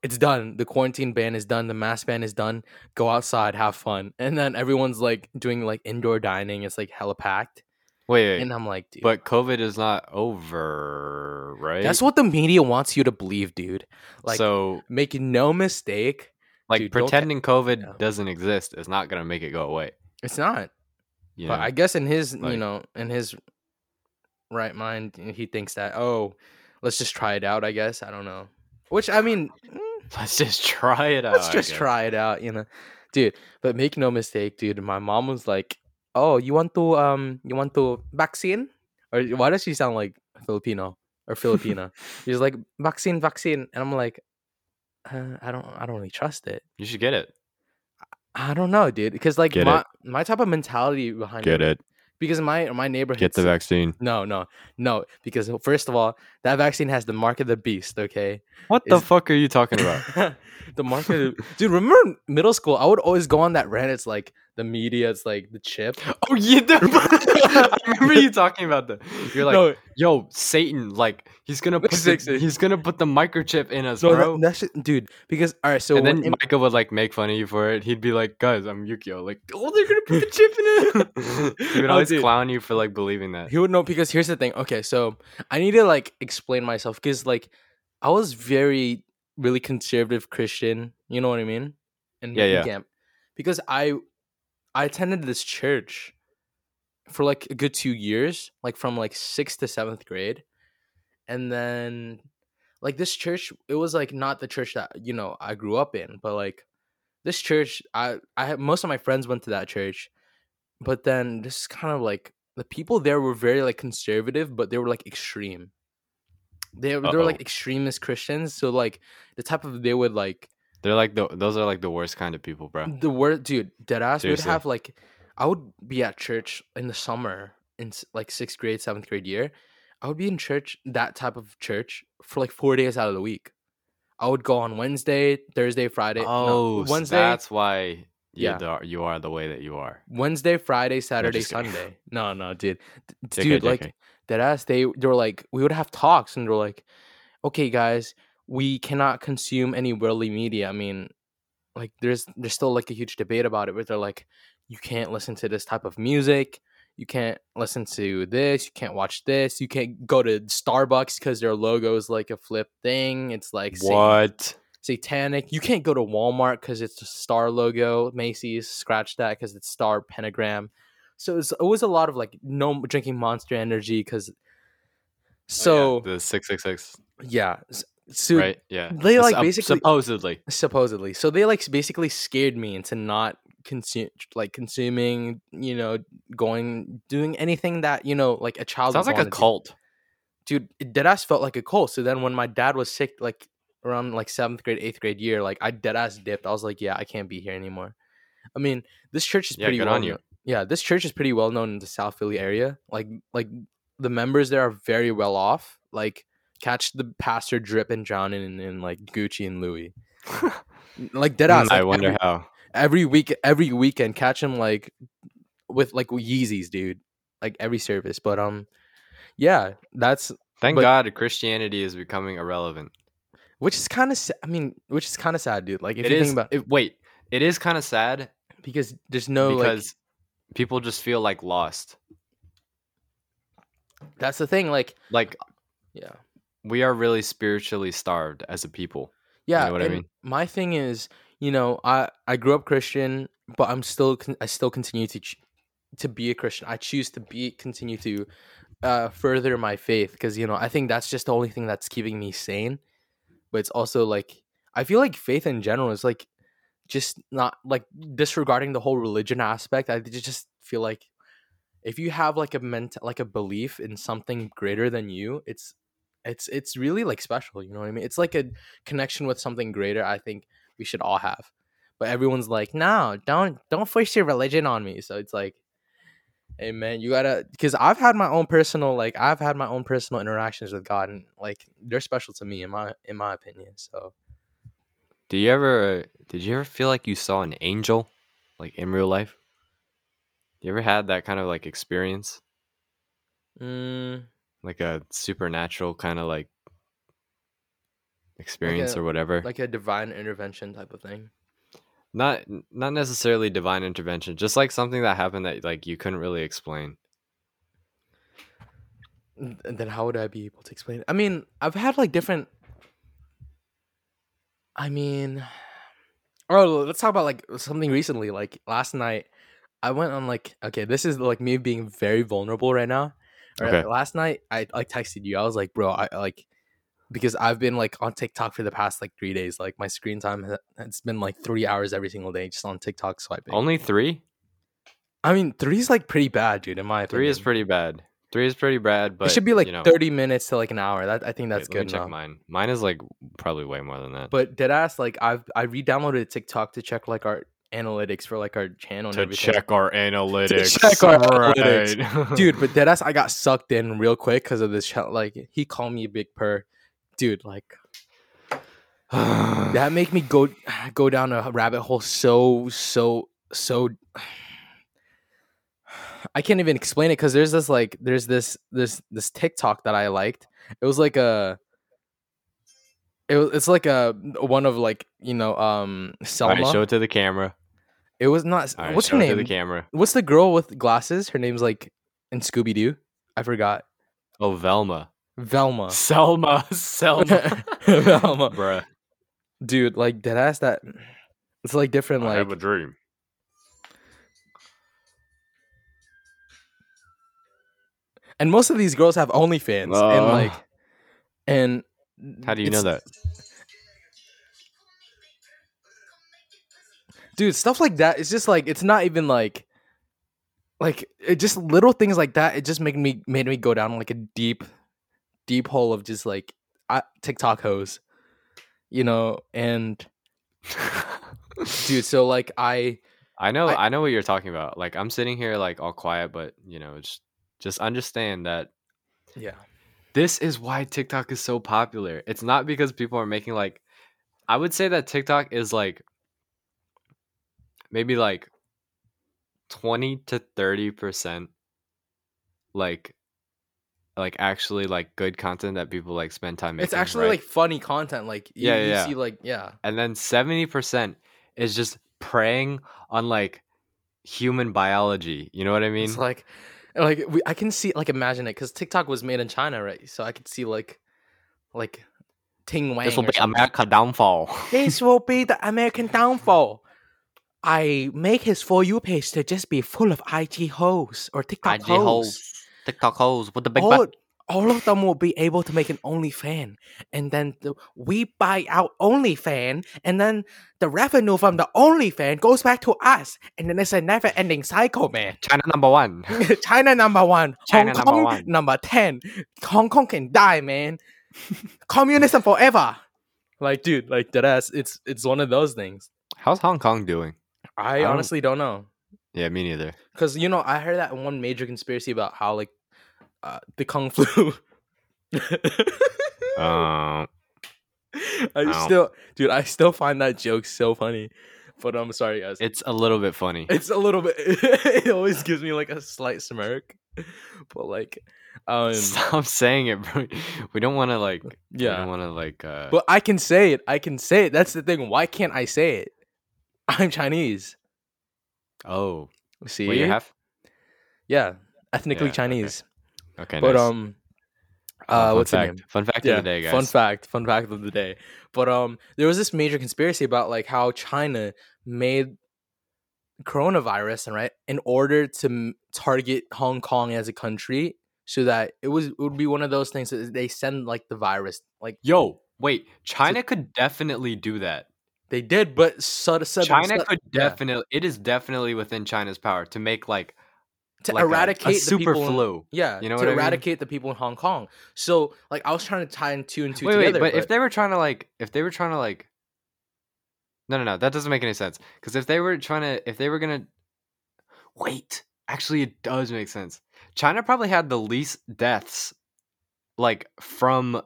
it's done. The quarantine ban is done. The mask ban is done. Go outside, have fun. And then everyone's like doing like indoor dining. It's like hella packed.
wait, wait,
And I'm like, dude,
but COVID is not over, right?
that's what the media wants you to believe, dude. Like,
so
make no mistake,
like
dude, don't ca-
pretending COVID
Yeah.
doesn't exist is not gonna make it go away.
it's not.
You
But
know?
I guess in his, you
Like-
know, in his right mind, he thinks that oh, let's just try it out. I guess I don't know. Which I mean, mm,
Let's just try it out.
let's
Oh, I
just
guess.
try it out, you know, dude. But make no mistake, dude. My mom was like, "Oh, you want to um, you want to vaccine?" Or why does she sound like Filipino or Filipina? She's like vaccine, vaccine, and I'm like, uh, I don't, I don't really trust it.
You should get it.
I don't know, dude, because like
Get it.
my my type of mentality behind it,
it.
because my my neighborhood
vaccine.
no, no, no. Because first of all, that vaccine has the mark of the beast. Okay,
What the
Is-
fuck are you talking about?
the mark of the, dude. Remember in middle school? I would always go on that rant. It's like the media. It's like the chip.
oh, you. do- I remember you talking about that. You're like,
no,
yo, Satan, like he's gonna put
Six-
the, he's gonna put the microchip in us,
no, that-
bro.
that shit- dude. Because all right, so
and then
when-
Micah would like make fun of you for it. He'd be like, "Guys, I'm Yukio." Like, oh, they're gonna put the chip in it. he would
Oh,
always
dude.
clown you for like believing that.
He would know because here's the thing. Okay, so I need to like explain myself because like I was very really conservative Christian. You know what I mean? And
Yeah, yeah.
Camp, because I I attended this church for like a good two years, like from like sixth to seventh grade, and then like this church, it was like not the church that you know I grew up in, but like this church, I I had, most of my friends went to that church, but then this is kind of like the people there were very like conservative, but they were like extreme. They they were like
Uh-oh.
extremist Christians, so like the type of they would like
They're like the, those are like the worst kind of people, bro.
the word, dude, deadass we would
Seriously.
have like, I would be at church in the summer in s- like sixth grade, seventh grade year. I would be in church, that type of church, for like four days out of the week. I would go on Wednesday, Thursday, Friday. no,
Oh, so
Wednesday,
that's why.
Yeah.
Yeah, you are the way that you are.
Wednesday, Friday, Saturday,
just kidding.
Sunday. No, no, dude, D-
JK,
dude,
JK.
like that ass they they were like we would have talks and they're like okay guys we cannot consume any worldly media i mean like there's there's still like a huge debate about it where they're like you can't listen to this type of music you can't listen to this you can't watch this you can't go to starbucks because their logo is like a flip thing it's like Oh, sat-
what?
satanic you can't go to walmart because it's a star logo macy's scratch that because it's star pentagram so it's always a lot of like no drinking monster energy because
Oh,
so
the six six six,
yeah, s- so
right? Yeah,
they,
It's
like,
up-
basically-
supposedly.
supposedly so they like s- basically scared me into not consume like consuming you know going doing anything that you know like a child
Sounds
would
like a
wanna do.
cult.
dude it deadass felt like a cult so then when my dad was sick like around like seventh grade eighth grade year like i deadass dipped i was like yeah i can't be here anymore i mean this church is
Yeah,
pretty
good
well
on you.
kno- yeah this church is pretty well known in the south philly area like like the members there are very well off like catch the pastor drip and drown in, in like gucci and louis like deadass
Mm, I
like,
wonder
every,
how.
every week every weekend catch him like with like yeezys dude like every service but um yeah that's
Thank
but-
God Christianity is becoming irrelevant.
which is kind of sa- i mean which is kind of sad dude like if
It
you
is.
think about Oh,
it- wait, it is kind of sad
because there's no
because people just feel like lost.
like that's the thing like
Like
yeah
we are really spiritually starved as a people.
yeah
know what I
and
mean?
my thing is you know i i grew up christian but i'm still con- i still continue to ch- to be a christian i choose to be continue to uh further my faith because you know i think that's just the only thing that's keeping me sane but it's also like i feel like faith in general is like just not like disregarding the whole religion aspect i ju- just feel like if you have like a ment like a belief in something greater than you it's it's it's really like special you know what i mean it's like a connection with something greater i think we should all have but everyone's like no don't don't force your religion on me so it's like hey man you gotta because i've had my own personal like i've had my own personal interactions with god and like they're special to me in my in my opinion so
Do you ever uh, did you ever feel like you saw an angel like in real life? You ever had that kind of like experience?
Mm,
Like a supernatural kind of like experience
a-
or whatever?
like a divine intervention type of thing.
not n- not necessarily divine intervention, just like something that happened that like you couldn't really explain.
Th- Then how would I be able to explain? it? I mean, I've had like different. I mean, oh, let's talk about like something recently. Like last night, I went on like okay, this is like me being very vulnerable right now. All right,
Okay.
Last night, I like texted you. I was like, bro, I like because I've been like on TikTok for the past like three days. Like my screen time ha- it's been like three hours every single day just on TikTok swiping.
Only 3?
I mean, three's like pretty bad, dude. In my
3 is
opinion.
pretty bad. 3 is pretty bad, but
it should be like
you know,
30 minutes to like an hour. That I think
wait,
that's
let me
good
check
enough.
mine. Mine is like probably way more than that.
But dead ass, like I've I re-downloaded TikTok to check like our analytics for like our channel and everything.
our analytics.
check our
right.
Dude, but dead ass, I got sucked in real quick because of this. Ch- like he called me a big purr, dude. Like that make me go go down a rabbit hole so so so I can't even explain it because there's this like there's this this this TikTok that I liked. It was like a it was it's like a one of like you know um
All
Selma.
right, show it to the camera.
it was not
All right,
what's
show
her
It to
name?
the camera.
what's the girl with glasses? Her name's like in Scooby Doo. I forgot
Oh, Velma.
Velma.
Selma. Selma.
Velma,
Bruh.
dude, like dead ass that. It's like different, like
dream.
and most of these girls have OnlyFans, and
Oh.
like, and
How do you know
it's-
that?
dude? Stuff like that. It's just like it's not even like, like it just little things like that. It just made me made me go down like a deep, deep hole of just like I, TikTok hoes, you know. And dude, so like I
I know,
I-
I, know what you're talking about. Like I'm sitting here like all quiet, but you know, just just understand that
yeah.
this is why TikTok is so popular. It's not because people are making like I would say that TikTok is like maybe like 20 to 30% like like actually like good content that people like spend time making.
It's actually
right?
like funny content. Like you,
Yeah,
you
yeah, yeah.
see like yeah.
and then 70% is just preying on like human biology. You know what I mean?
it's like like we, I can see like imagine it because TikTok was made in China, right? So I could see like like Ting Wang. or something.
downfall.
this will be the American downfall. I make his for you page to just be full of IG hoes or TikTok hoes.
TikTok holes with the
all, all of them will be able to make an OnlyFan, and then the, we buy out OnlyFan, and then the revenue from the OnlyFan goes back to us, and then it's a never-ending cycle, man.
China number one.
China number one,
China
Hong
number
Kong
one.
number ten. Hong Kong can die, man. Communism forever. Like, dude, like that ass. It's it's one of those things.
How's Hong Kong doing?
I,
don't-
honestly don't know.
Yeah, me neither.
Cause you know, I heard that one major conspiracy about how like uh, the kung flu.
Um,
I
Ow.
still, dude, I still find that joke so funny. But I'm sorry, guys.
it's a little bit funny.
it's a little bit. it always gives me like a slight smirk. But like, um,
Stop saying it, bro. We don't want to like. We
yeah.
don't want to like. Uh,
But I can say it. I can say it. That's the thing. Why can't I say it? I'm Chinese.
oh,
See,
well, you have.
yeah, ethnically
Yeah, okay.
Chinese.
Okay,
But
nice.
um,
Oh,
uh,
fun
what's the
fact.
name?
Fun fact of the day, guys.
Fun fact, fun fact of the day. But um, there was this major conspiracy about like how China made coronavirus and right in order to m- target Hong Kong as a country, so that it was it would be one of those things that they send like the virus, like
Yo, wait. China could definitely do that.
they did, but so, so,
China
so-
could
yeah.
definitely. It is definitely within China's power to make like
to
like a-
eradicate
a,
the
super
people in-
flu.
yeah,
You know
to
what I mean?
eradicate the people in Hong Kong. So like I was trying to tie in two and two
wait,
together,
wait, but, if they were trying to like, if they were trying to like, no, no, no, that doesn't make any sense. Because if they were trying to, if they were gonna, wait, actually, it does make sense. China probably had the least deaths, like from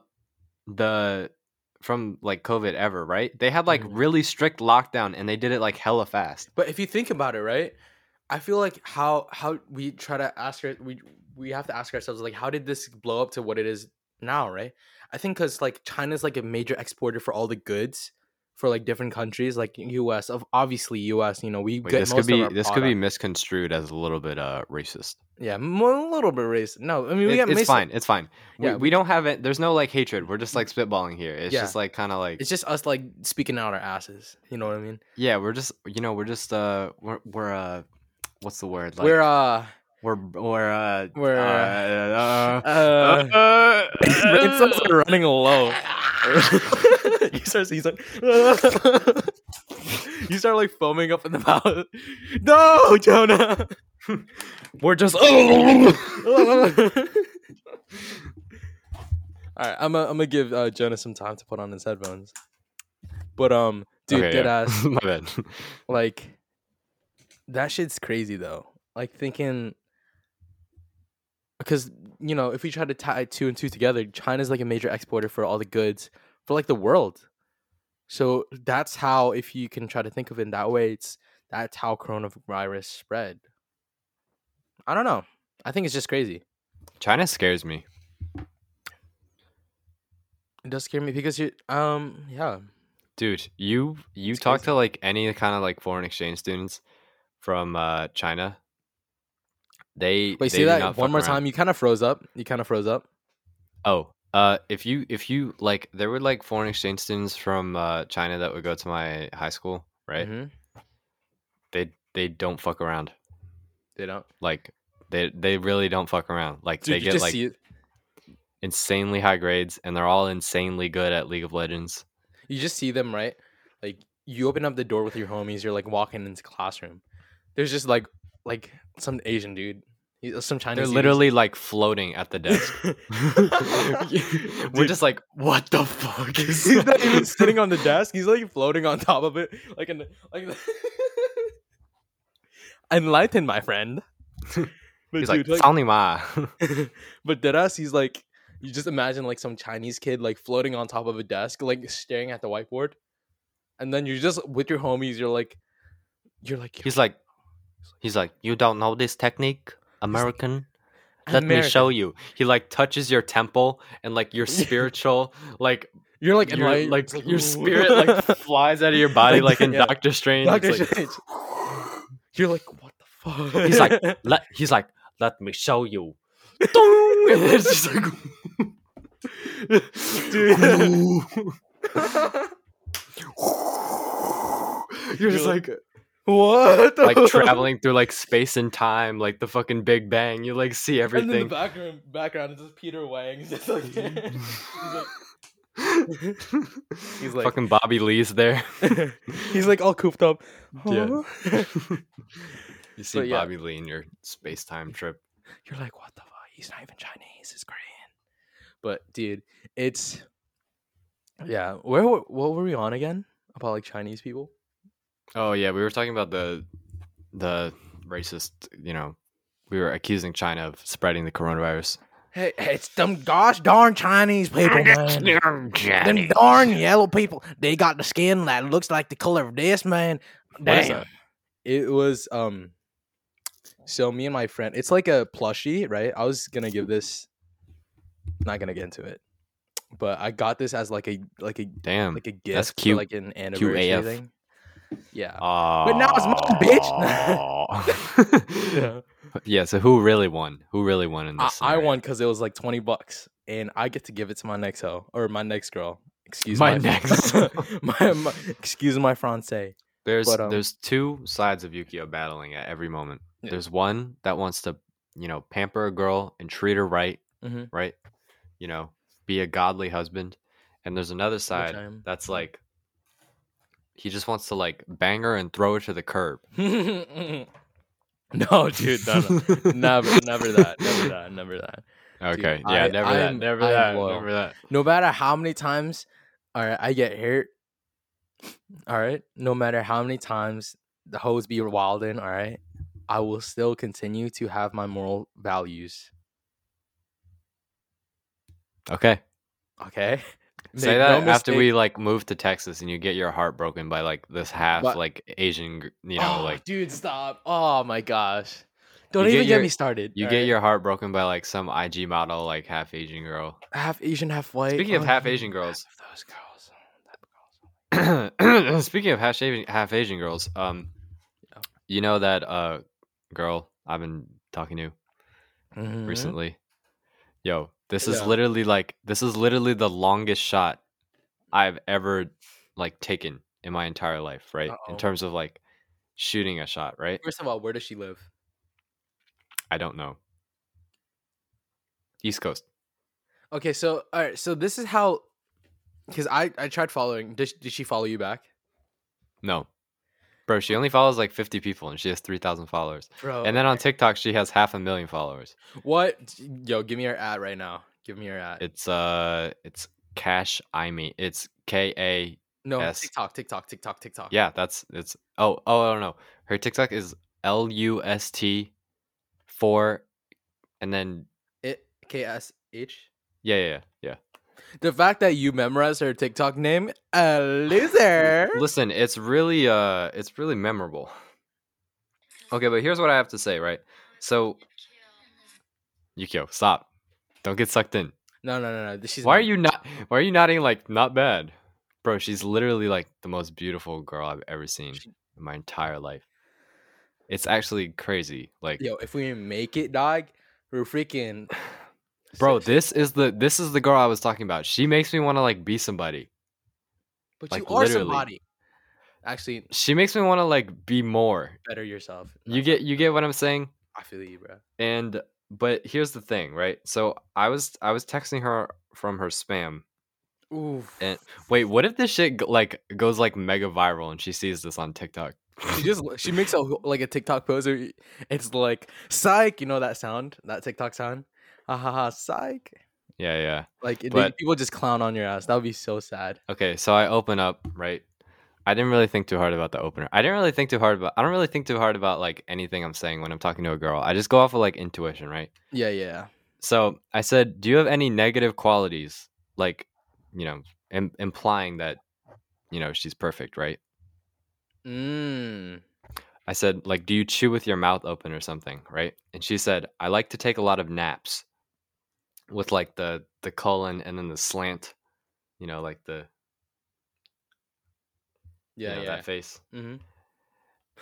the from like COVID ever, right? They had like
Mhm.
really strict lockdown and they did it like hella fast.
But if you think about it, right? I feel like how how we try to ask our- we we have to ask ourselves like how did this blow up to what it is now, right? I think cuz like China's like a major exporter for all the goods for like different countries like US of obviously US, you know, we
Wait,
get
this could
most
be
of our
this could be
product.
misconstrued as a little bit uh racist.
yeah, m- a little bit racist. No, I mean we
It-
got
it's
mis-
fine. It's fine.
Yeah,
we, we don't have it. There's no like hatred. We're just like spitballing here. It's
Yeah.
just like kind of like
It's just us like speaking out our asses, you know what I mean?
yeah. We're just you know we're just uh we're we're uh what's the word like
we're uh
we're we're uh
we're
uh,
uh, It starts running low. he starts. He's like, you start like foaming up in the mouth. No, Jonah. We're just. All right, I'm gonna I'm gonna give uh, Jonah some time to put on his headphones. But um, dude,
Okay,
dead
yeah.
ass.
my bad.
Like, that shit's crazy though. Like thinking, because you know, if we try to tie two and two together, China's like a major exporter for all the goods for like the world. So that's how, if you can try to think of it in that way, it's that's how coronavirus spread. I don't know. I think it's just crazy.
China scares me.
It does scare me because you, um, yeah,
dude you you
It's
talk
crazy.
to like any kind of like foreign exchange students from uh china they
wait,
they
say
do
that
not
one
fuck
more
around.
time. You kind of froze up. You kind of froze up.
oh uh if you if you like there were like foreign exchange students from uh china that would go to my high school right
Mhm.
they they don't fuck around
They don't.
like they they really don't fuck around like
Dude,
they
you
get
just
like
see it.
insanely high grades and they're all insanely good at league of legends
You just see them, right? Like you open up the door with your homies, you're like walking into classroom. There's just like like some Asian dude, he- uh, some Chinese.
they're
dude
literally like floating at the
who's-
desk we're
Dude.
just like what the fuck is
he's not even
that?"
sitting on the desk. He's like floating on top of it, like an like. Enlighten my friend. But
He's like,
dude, like-
"Sony Ma."
but deadass, he's like, you just imagine like some Chinese kid like floating on top of a desk, like staring at the whiteboard, and then you're just with your homies. You're like, you're like,
He's like,
He's like, you don't know this technique, American. Let me
American."
show you.
you. He like touches your temple and like your spiritual, like
You're like,
your,
enlightened.
like
It's like,
your spirit like flies out of your body, like in
Yeah.
Doctor Strange.
Doctor
It's like-
Strange. You're like, what the fuck?
He's like, let, he's like, let me show you.
and it's just like,
dude.
you're just
You're
like
what? the
like
fuck?
traveling through like space and time, like the fucking Big Bang. You like see
And in the
everything.
background, background is just Peter Wang. He's just like, He's like-
fucking Bobby Lee's there.
he's like all cooped up.
Yeah.
Huh?
You see
But yeah.
Bobby Lee in your space time trip.
you're like, what the fuck? He's not even Chinese. It's Korean. But dude, it's yeah. Where were- what were we on again about like Chinese people?
Oh yeah, we were talking about the the racist. You know, we were accusing China of spreading the coronavirus.
Hey, it's them gosh darn Chinese people, man. Them darn yellow people. They got the skin that looks like the color of this man.
What is
Damn.
that?
It was um. So me and my friend, it's like a plushie, right? I was gonna give this. Not gonna get into it, but I got this as like a like a
Damn.
like a gift,
Um, That's
for,
cute.
like an anniversary
QAF.
thing. Yeah.
but
now it's mine,
bitch.
yeah.
yeah. So who really won? Who really won in
I,
this?
I
scenario?
won because it was like twenty bucks, and I get to give it to my next hoe or my next girl. Excuse
My
my,
next.
my, my excuse my fiance.
There's
But, um,
there's two sides of Yukio battling at every moment.
Yeah.
There's one that wants to, you know, pamper a girl and treat her right,
Mhm.
right? You know, be a godly husband. And there's another side
I am.
that's like he just wants to like bang her and throw her to the curb.
no, dude, no, no. never, never that, never that, never that.
Okay.
Dude,
yeah,
I-
never that.
I'm-
Never
I'm
that.
loyal.
Never that.
No matter how many times, all right, I get hurt. All right, no matter how many times the hoes be wilding, all right, I will still continue to have my moral values.
Okay.
Okay.
Say
Make
that
no
after
mistake-
we like move to Texas and you get your heart broken by like this half
But-
like Asian, gr- you know,
Oh,
like
dude, stop! Oh my gosh, don't
You get
even
your-
get me started.
you
all
get
right?
your heart broken by like some IG model, like half Asian girl.
half Asian, half white.
Speaking of
oh,
half
dude,
Asian girls,
half those girls. oh, that girls.
speaking of half Asian, half Asian girls, um,
Yeah.
you know that uh girl I've been talking to Mm-hmm.
Mhm.
recently. Yo, this is
Yeah.
literally like this is literally the longest shot I've ever like taken in my entire life, right?
Uh-oh.
In terms of like shooting a shot, right?
First of all, where does she live?
I don't know. East Coast.
Okay, so all right, so this is how, because I I tried following. Did, did she follow you back,
No. Bro, she only follows like 50 people and she has 3,000 followers.
bro?
and then on TikTok, she has half a million followers.
what? Yo, give me your ad right now. Give me your ad.
It's uh it's Cash I mean it's K A
no,
yes.
TikTok, TikTok, TikTok, TikTok.
Yeah, that's it's. Oh, oh, no, no. Her TikTok is L U S T four, and then
It K S H.
yeah, yeah, yeah.
The fact that you memorized her TikTok name, a loser.
Listen, it's really uh, it's really memorable. Okay, but here's what I have to say, right? So, Yukio, stop! Don't get sucked in.
No, no, no, no. She's
Why are
not-
you not? Why are you nodding like not bad, bro? She's literally like the most beautiful girl I've ever seen in my entire life. It's actually crazy. Like,
Yo, if we make it, dog, we're freaking.
bro
Six-
this is the this is the girl i was talking about she makes me want to like be somebody
but
like,
you are
literally.
somebody. Actually,
she makes me want to like be more
better yourself.
you get you get what i'm saying
I feel you, bro.
and but here's the thing right so i was i was texting her from her spam
Oof.
and wait what if this shit g- like goes like mega viral and she sees this on tiktok
she just she makes a like a TikTok poser. It's like psych. You know that sound, that TikTok sound. Ha ha ha, psych.
yeah yeah
Like they-
But-
people just clown on your ass. That would be so sad.
okay so i open up right i didn't really think too hard about the opener i didn't really think too hard about i don't really think too hard about like anything i'm saying when i'm talking to a girl i just go off of like intuition right
Yeah, yeah.
so I said, "Do you have any negative qualities?" Like, you know, Im- implying that you know she's perfect, right?
Mm.
I said, "Like, do you chew with your mouth open or something?" Right? And she said, "I like to take a lot of naps, with like the the colon and then the slant, you know, like the
Yeah,
you know,
yeah.
that face."
hmm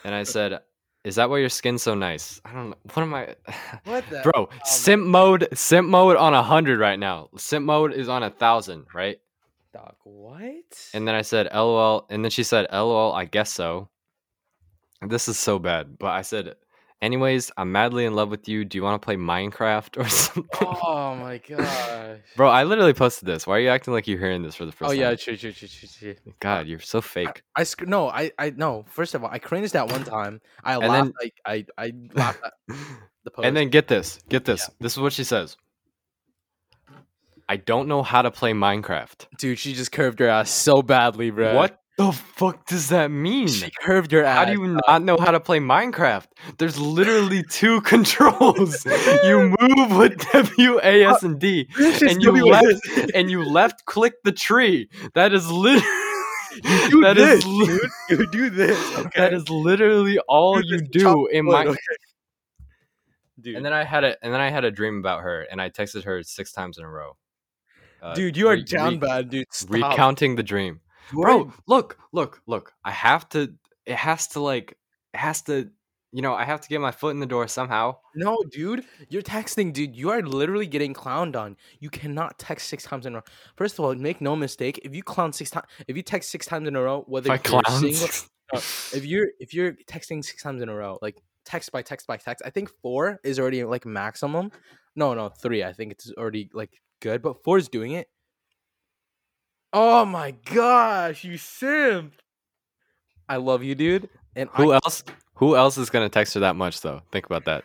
And I said, "Is that why your skin's so nice?" I don't know. What am I?
What the?
Bro,
my
simp mode, simp mode on a hundred right now. Simp mode is on a thousand, right?
Dog, what?
And then I said, LOL. And then she said, LOL, I guess so. This is so bad. But I said, anyways, I'm madly in love with you. Do you want to play Minecraft or something?
oh my gosh.
Bro, I literally posted this. Why are you acting like you're hearing this for the first
Oh
time?
yeah, true, true, true, true, true.
God, you're so fake.
I sc- no, I I no. First of all, I cringed at one time. I
And
laughed. I I I laughed at the post.
and then get this. Get this. This is what she says. I don't know how to play Minecraft.
dude, she just curved her ass so badly, bro.
What the fuck does that mean?
She curved her ass.
How do you not know how to play Minecraft? There's literally two controls. You move with W, A, S, and D, and you left
Uh,
and you left click the tree. That is literally
do
that is
this,
li-
dude. You do this. Okay.
that is literally all
Do
you
this chop
do in my.
okay. Dude,
And then I had a and then I had a dream about her, and I texted her six times in a row. Uh,
dude, you are
re-
down
re-
bad, dude. Stop.
Recounting the dream.
You are-
bro look look look i have to it has to like it has to you know i have to get my foot in the door somehow
No, dude, you're texting, dude. You are literally getting clowned on. You cannot text six times in a row. First of all, make no mistake. If you clown six times, if you text six times in a row, whether
by
you're single,
clowns
no,
uh,
if you're if you're texting six times in a row, like text by text by text, I think four is already like maximum. No, no, three. I think it's already like good, but four is doing it. Oh my gosh, you simp! I love you, dude. And I
who else who else is gonna text her that much though think about that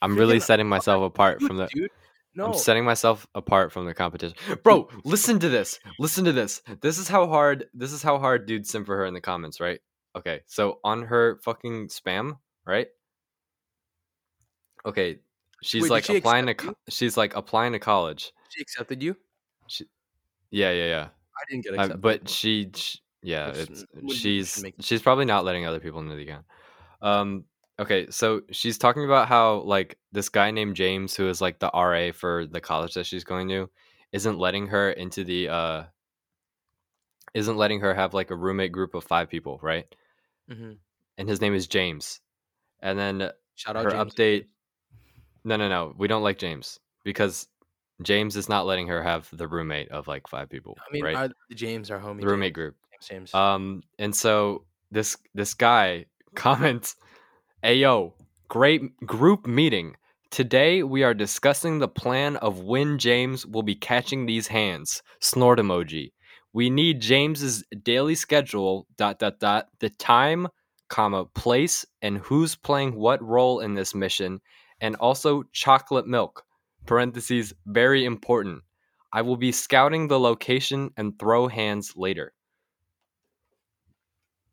i'm really
Freaking
setting myself apart
dude,
from the
dude. No,
i'm setting myself apart from the competition bro listen to this listen to this this is how hard this is how hard dudes simp for her in the comments right okay so on her fucking spam right okay she's
Wait, did
like
she
applying to
accept
co- she's like applying to college
she accepted you.
yeah, yeah, yeah.
I didn't get
Uh,
accepted.
but she, sh- yeah,
That's-
it's
wouldn't-
she's
shouldn't make-
she's probably not letting other people into the account. Um, okay, so she's talking about how like this guy named James, who is like the RA for the college that she's going to, isn't letting her into the uh, isn't letting her have like a roommate group of five people, right?
Mhm.
And his name is James, and then
shout out
her
James.
update. No, no, no. We don't like James because James is not letting her have the roommate of like five people.
I mean,
right?
our, James, our homie,
the roommate
James,
group.
James.
Um, and so this this guy comments, "Ayo, great group meeting. Today we are discussing the plan of when James will be catching these hands. Snort emoji. We need James's daily schedule. Dot dot dot. The time, comma place, and who's playing what role in this mission, and also chocolate milk. Parentheses very important." I will be scouting the location and throw hands later.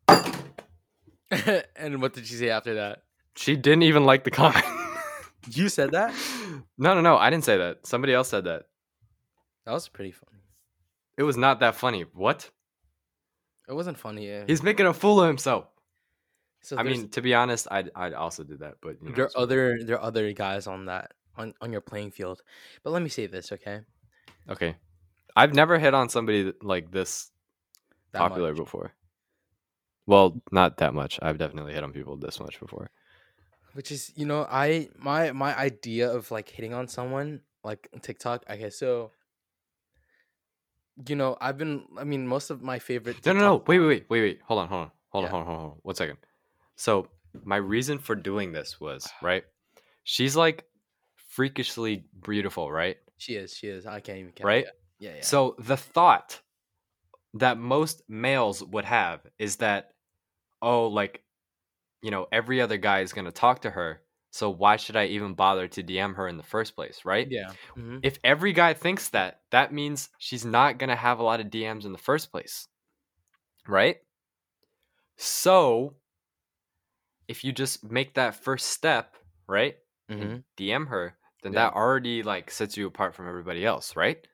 Uh
and what did she say after that?
She didn't even like the comment.
You said that.
no, no, no. I didn't say that. Somebody else said that.
That was pretty funny.
It was not that funny. What?
It wasn't funny. Yeah.
He's making a fool of himself.
So
I
there's-
mean, to be honest, I'd, I'd also do that, but you know,
there are
it's whatever.
other there are other guys on that on on your playing field. But let me say this, okay?
Okay. I've never hit on somebody th- like this
That
popular
much.
before. Well, not that much. I've definitely hit on people this much before.
which is you know I my my idea of like hitting on someone like TikTok. Okay, so you know I've been I mean most of my favorite.
No, no, no.
TikTok-
Wait, wait, wait, wait, wait. Hold on, hold on, hold on,
Yeah.
hold on, hold on, hold on. One second. So my reason for doing this was right. She's like freakishly beautiful, right?
She is. She is. I can't even. Count.
Right?
Yeah. Yeah. yeah.
So the thought that most males would have is that, oh, like, you know, every other guy is going to talk to her. So why should I even bother to DM her in the first place, right?
yeah. mhm.
If every guy thinks that, that means she's not going to have a lot of DMs in the first place, right? So if you just make that first step, right?
Mhm.
and DM her, then
Yeah.
that already like sets you apart from everybody else, right?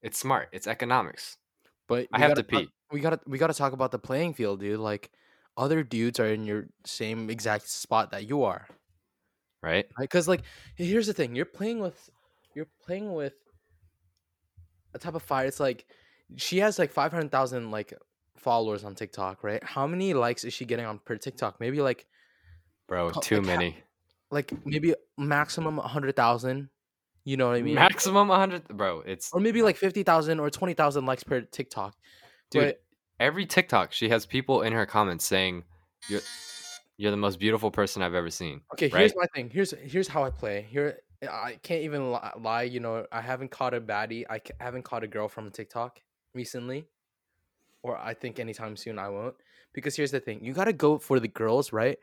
It's smart. It's economics.
But
I
we
have
gotta
to pee.
talk- we gotta we gotta talk about the playing field, dude. Like other dudes are in your same exact spot that you are.
right?
right? Because like, h- here's the thing: you're playing with, you're playing with a type of fire. It's like she has like five hundred thousand like followers on TikTok, right? How many likes is she getting on per TikTok? Maybe like
Bro,
Co-
too
like, ha-
many.
like maybe maximum hundred thousand. You know what I mean?
Maximum 100 bro, it's
or maybe like fifty thousand or twenty thousand likes per TikTok.
dude,
but-
every TikTok she has people in her comments saying you're you're the most beautiful person I've ever seen.
Okay,
right?
here's my thing. Here's here's how I play. Here, I can't even li- lie. You know, I haven't caught a baddie. I ca- haven't caught a girl from TikTok recently, or I think anytime soon I won't. Because here's the thing: you gotta go for the girls, right?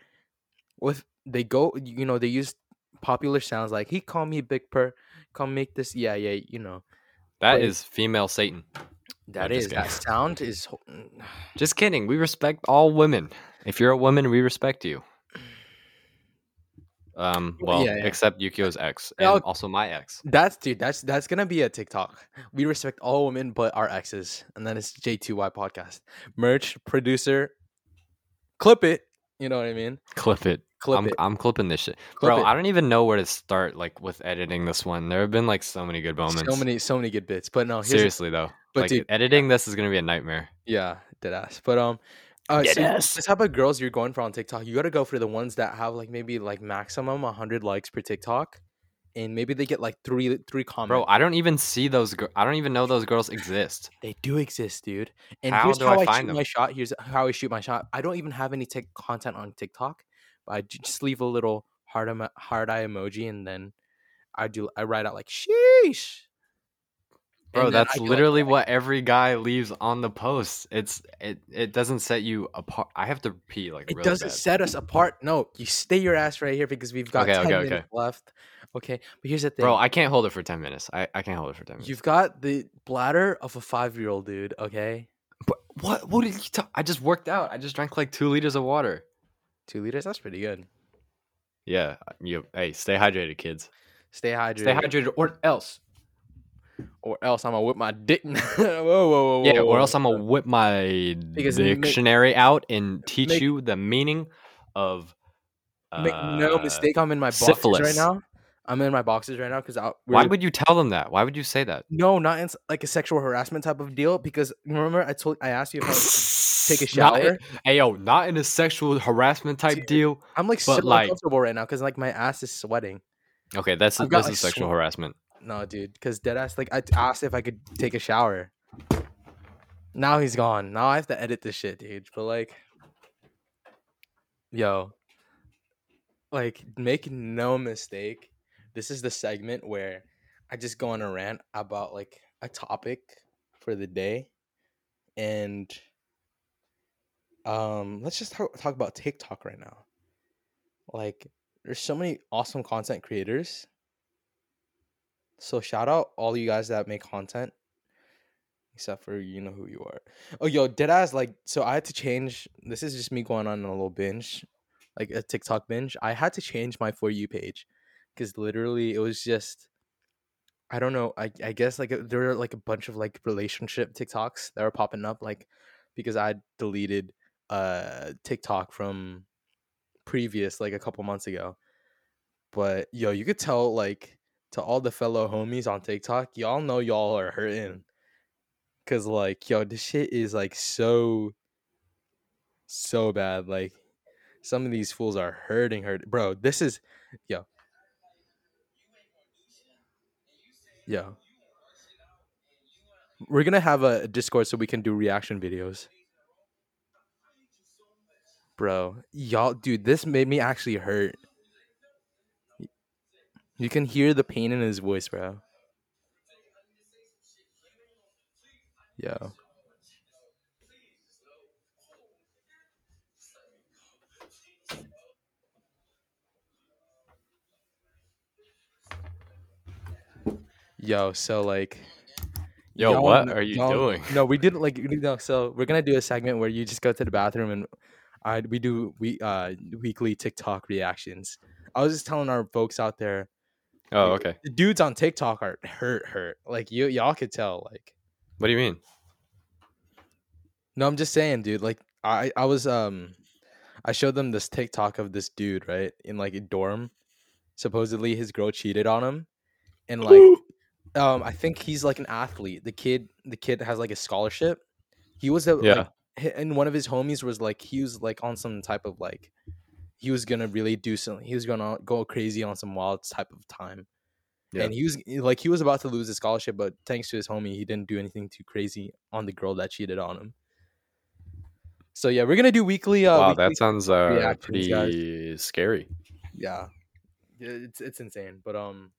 With they go, you know, they use popular sounds like "he call me big per, come make this." Yeah, yeah, you know,
That
Right.
is female Satan.
that
just
is that
kidding.
sound is. ho- mm,
Just kidding. We respect all women. If you're a woman, we respect you. Um, well,
yeah.
except Yukio's ex and
Yeah, I'll-
also my ex.
That's dude. That's that's gonna be a TikTok. We respect all women but our exes, and then it's J two Y podcast merch producer. Clip it. You know what I mean?
Clip it.
Clip
I'm,
it.
I'm clipping this shit,
Clip
bro.
it.
I don't even know where to start, like with editing this one. There have been like so many oh, good moments.
so many, so many good bits. But no, here's the-
Seriously though,
But
like
dude,
editing this is gonna be a nightmare.
yeah, dead ass. But um, uh, so
Deadass.
the type of girls you're going for on TikTok, you gotta go for the ones that have like maybe like maximum hundred likes per TikTok, and maybe they get like three three comments.
Bro, I don't even see those. Gr- I don't even know those girls exist.
They do exist, dude. And
How
here's
do I
how I,
find
shoot
them?
my shot. Here's how I shoot my shot. I don't even have any tick content on TikTok, but I ju- just leave a little hard emo- hard eye emoji, and then I do. I write out like "sheesh."
Bro,
and then
that's
I do, like,
literally
like-
what every guy leaves on the post. It's it. It doesn't set you apart. I have to pee like
It
really
doesn't
bad.
set us apart. No, you stay your ass right here because we've got
Okay,
ten
okay, okay.
minutes left. Okay, but here's the thing,
Bro, I can't hold it for ten minutes. I, I can't hold it for ten minutes.
You've got the bladder of a five year old dude. Okay,
But what? What did you talk? I just worked out. I just drank like two liters of water.
two liters. That's pretty good.
Yeah. You. uh, Hey, stay hydrated, kids.
Stay hydrated.
Stay hydrated or else.
or else I'm gonna whip my dick. whoa, whoa, whoa,
Yeah,
whoa,
or
whoa.
else I'm gonna whip my
Because it make-
dictionary out and teach
make-
you the meaning of.
Make no
uh,
mistake, I'm in my boxes
syphilis.
right now. I'm in my boxes right now because I. we
Why
were-
would you tell them that? Why would you say that?
no, not in, s- like a sexual harassment type of deal. Because remember, I told I asked you if I was take a
Not-
shower.
Hey yo, not in a sexual harassment type
Dude.
deal.
I'm like
but,
so
like-
uncomfortable right now because like my ass is sweating.
Okay, that's
I've got,
this
like,
is sexual
sw-
harassment.
No, dude, because deadass like I t- asked if I could take a shower. Now he's gone. Now I have to edit this shit, dude. But like, yo, like make no mistake, this is the segment where I just go on a rant about like a topic for the day, and um, let's just talk, talk about TikTok right now. Like, there's so many awesome content creators so shout out all you guys that make content, except for you know who you are. Oh yo, deadass like so I had to change. This is just me going on a little binge, like a TikTok binge. I had to change my for you page because literally it was just. I don't know. I, I guess like there were like a bunch of like relationship TikToks that were popping up like because I deleted uh TikTok from previous like a couple months ago. But yo, you could tell like to all the fellow homies on TikTok, y'all know y'all are hurting. Cause like, yo, this shit is like so so bad. Like some of these fools are hurting hurt. Bro, this is yo. Yo. We're gonna have a Discord so we can do reaction videos. Bro, y'all dude, this made me actually hurt. You can hear the pain in his voice, bro. Yo. Yo, so like
Yo,
y'all
what
kn-
are you
y'all-
doing?
No, we didn't like you know, so we're gonna do a segment where you just go to the bathroom and I we do we uh weekly TikTok reactions. I was just telling our folks out there
Oh,
like,
okay.
The dudes on TikTok are hurt, hurt. Like you, y'all could tell. Like,
What do you mean?
no, I'm just saying, dude. Like, I, I was, um, I showed them this TikTok of this dude, right, in like a dorm. Supposedly, his girl cheated on him, and like, um, I think he's like an athlete. The kid, the kid has like a scholarship. He was a like,
Yeah.
hi- and one of his homies was like, he was like on some type of like, he was gonna really do something. He was gonna go crazy on some wild type of time.
Yeah.
And he was like, he was about to lose his scholarship, but thanks to his homie, he didn't do anything too crazy on the girl that cheated on him. So yeah, we're gonna do weekly. Uh,
wow,
weekly-
that sounds uh,
reactions,
pretty
guys.
scary.
yeah, Yeah, it's it's insane. But um,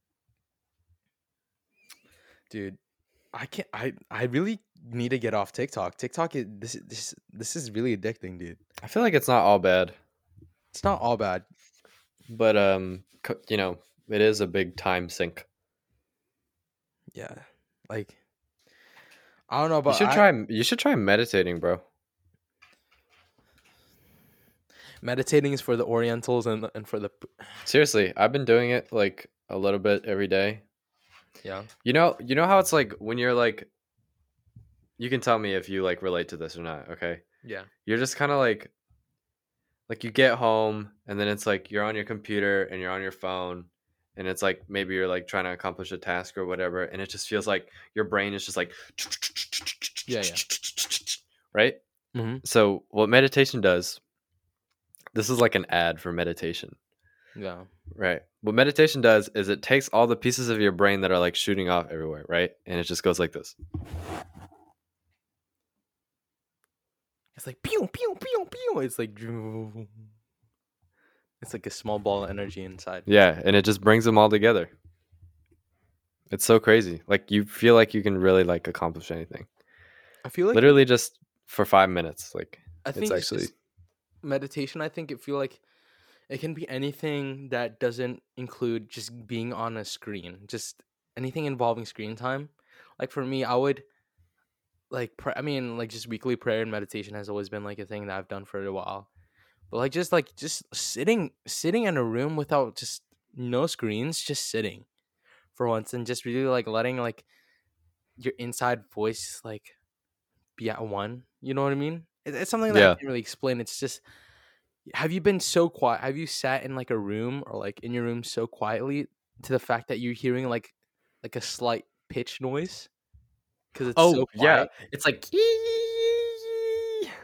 dude, I can't. I I really need to get off TikTok. TikTok, is, this this this is really addicting, dude.
I feel like it's not all bad,
It's not all bad.
but um, c- you know, it is a big time sink.
Yeah, like I don't know,
You
but
should
I-
try. You should try meditating, bro.
meditating is for the Orientals and and for the
Seriously, I've been doing it like a little bit every day.
yeah.
You know, you know how it's like when you're like you can tell me if you like relate to this or not, okay?
Yeah.
You're just kind of like like you get home and then it's like you're on your computer and you're on your phone and it's like maybe you're like trying to accomplish a task or whatever and it just feels like your brain is just like
Yeah, yeah.
right?
Mhm.
So what meditation does this is like an ad for meditation.
Yeah.
Right. What meditation does is it takes all the pieces of your brain that are like shooting off everywhere, right? And it just goes like this.
It's like pew pew pew pew. It's like droom. it's like a small ball of energy inside.
Yeah, and it just brings them all together. It's so crazy. Like you feel like you can really like accomplish anything.
I feel like
Literally just for 5 minutes. Like
I
it's
think it's
actually-
just meditation. I think it feel like it can be anything that doesn't include just being on a screen. Just anything involving screen time. Like for me, I would like pr- I mean like just weekly prayer and meditation has always been like a thing that I've done for a while. But like just like just sitting sitting in a room without just no screens, just sitting for once and just really like letting like your inside voice is like be at one. You know what I mean? It- It's something that
Yeah.
I can't really explain. It's just have you been so quiet? Have you sat in like a room or like in your room so quietly to the fact that you're hearing like like a slight pitch noise? Because it's
Oh,
so quiet.
it's like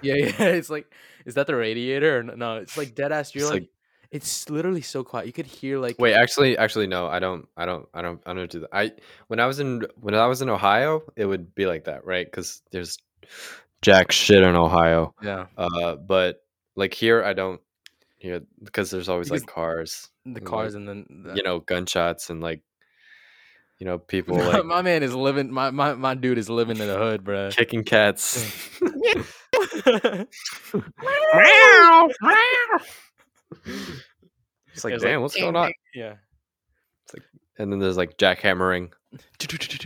Yeah, yeah. It's like, is that the radiator? Or n- no, it's like dead ass. You're
It's
like,
like-
it's literally so quiet. You could hear like,
Wait, actually, actually, no, I don't, I don't, I don't, I don't do that. I when I was in when I was in Ohio, it would be like that, right? Because there's jack shit in Ohio.
yeah,
Uh, but like here, I don't hear because there's always
Because
like cars,
the
like,
cars and then the,
you know, gunshots and like you know people like
my man is living. My, my my dude is living in the hood, bro.
kicking cats. It's like,
It's like-
damn, what's going on?
yeah,
And then there's like jackhammering.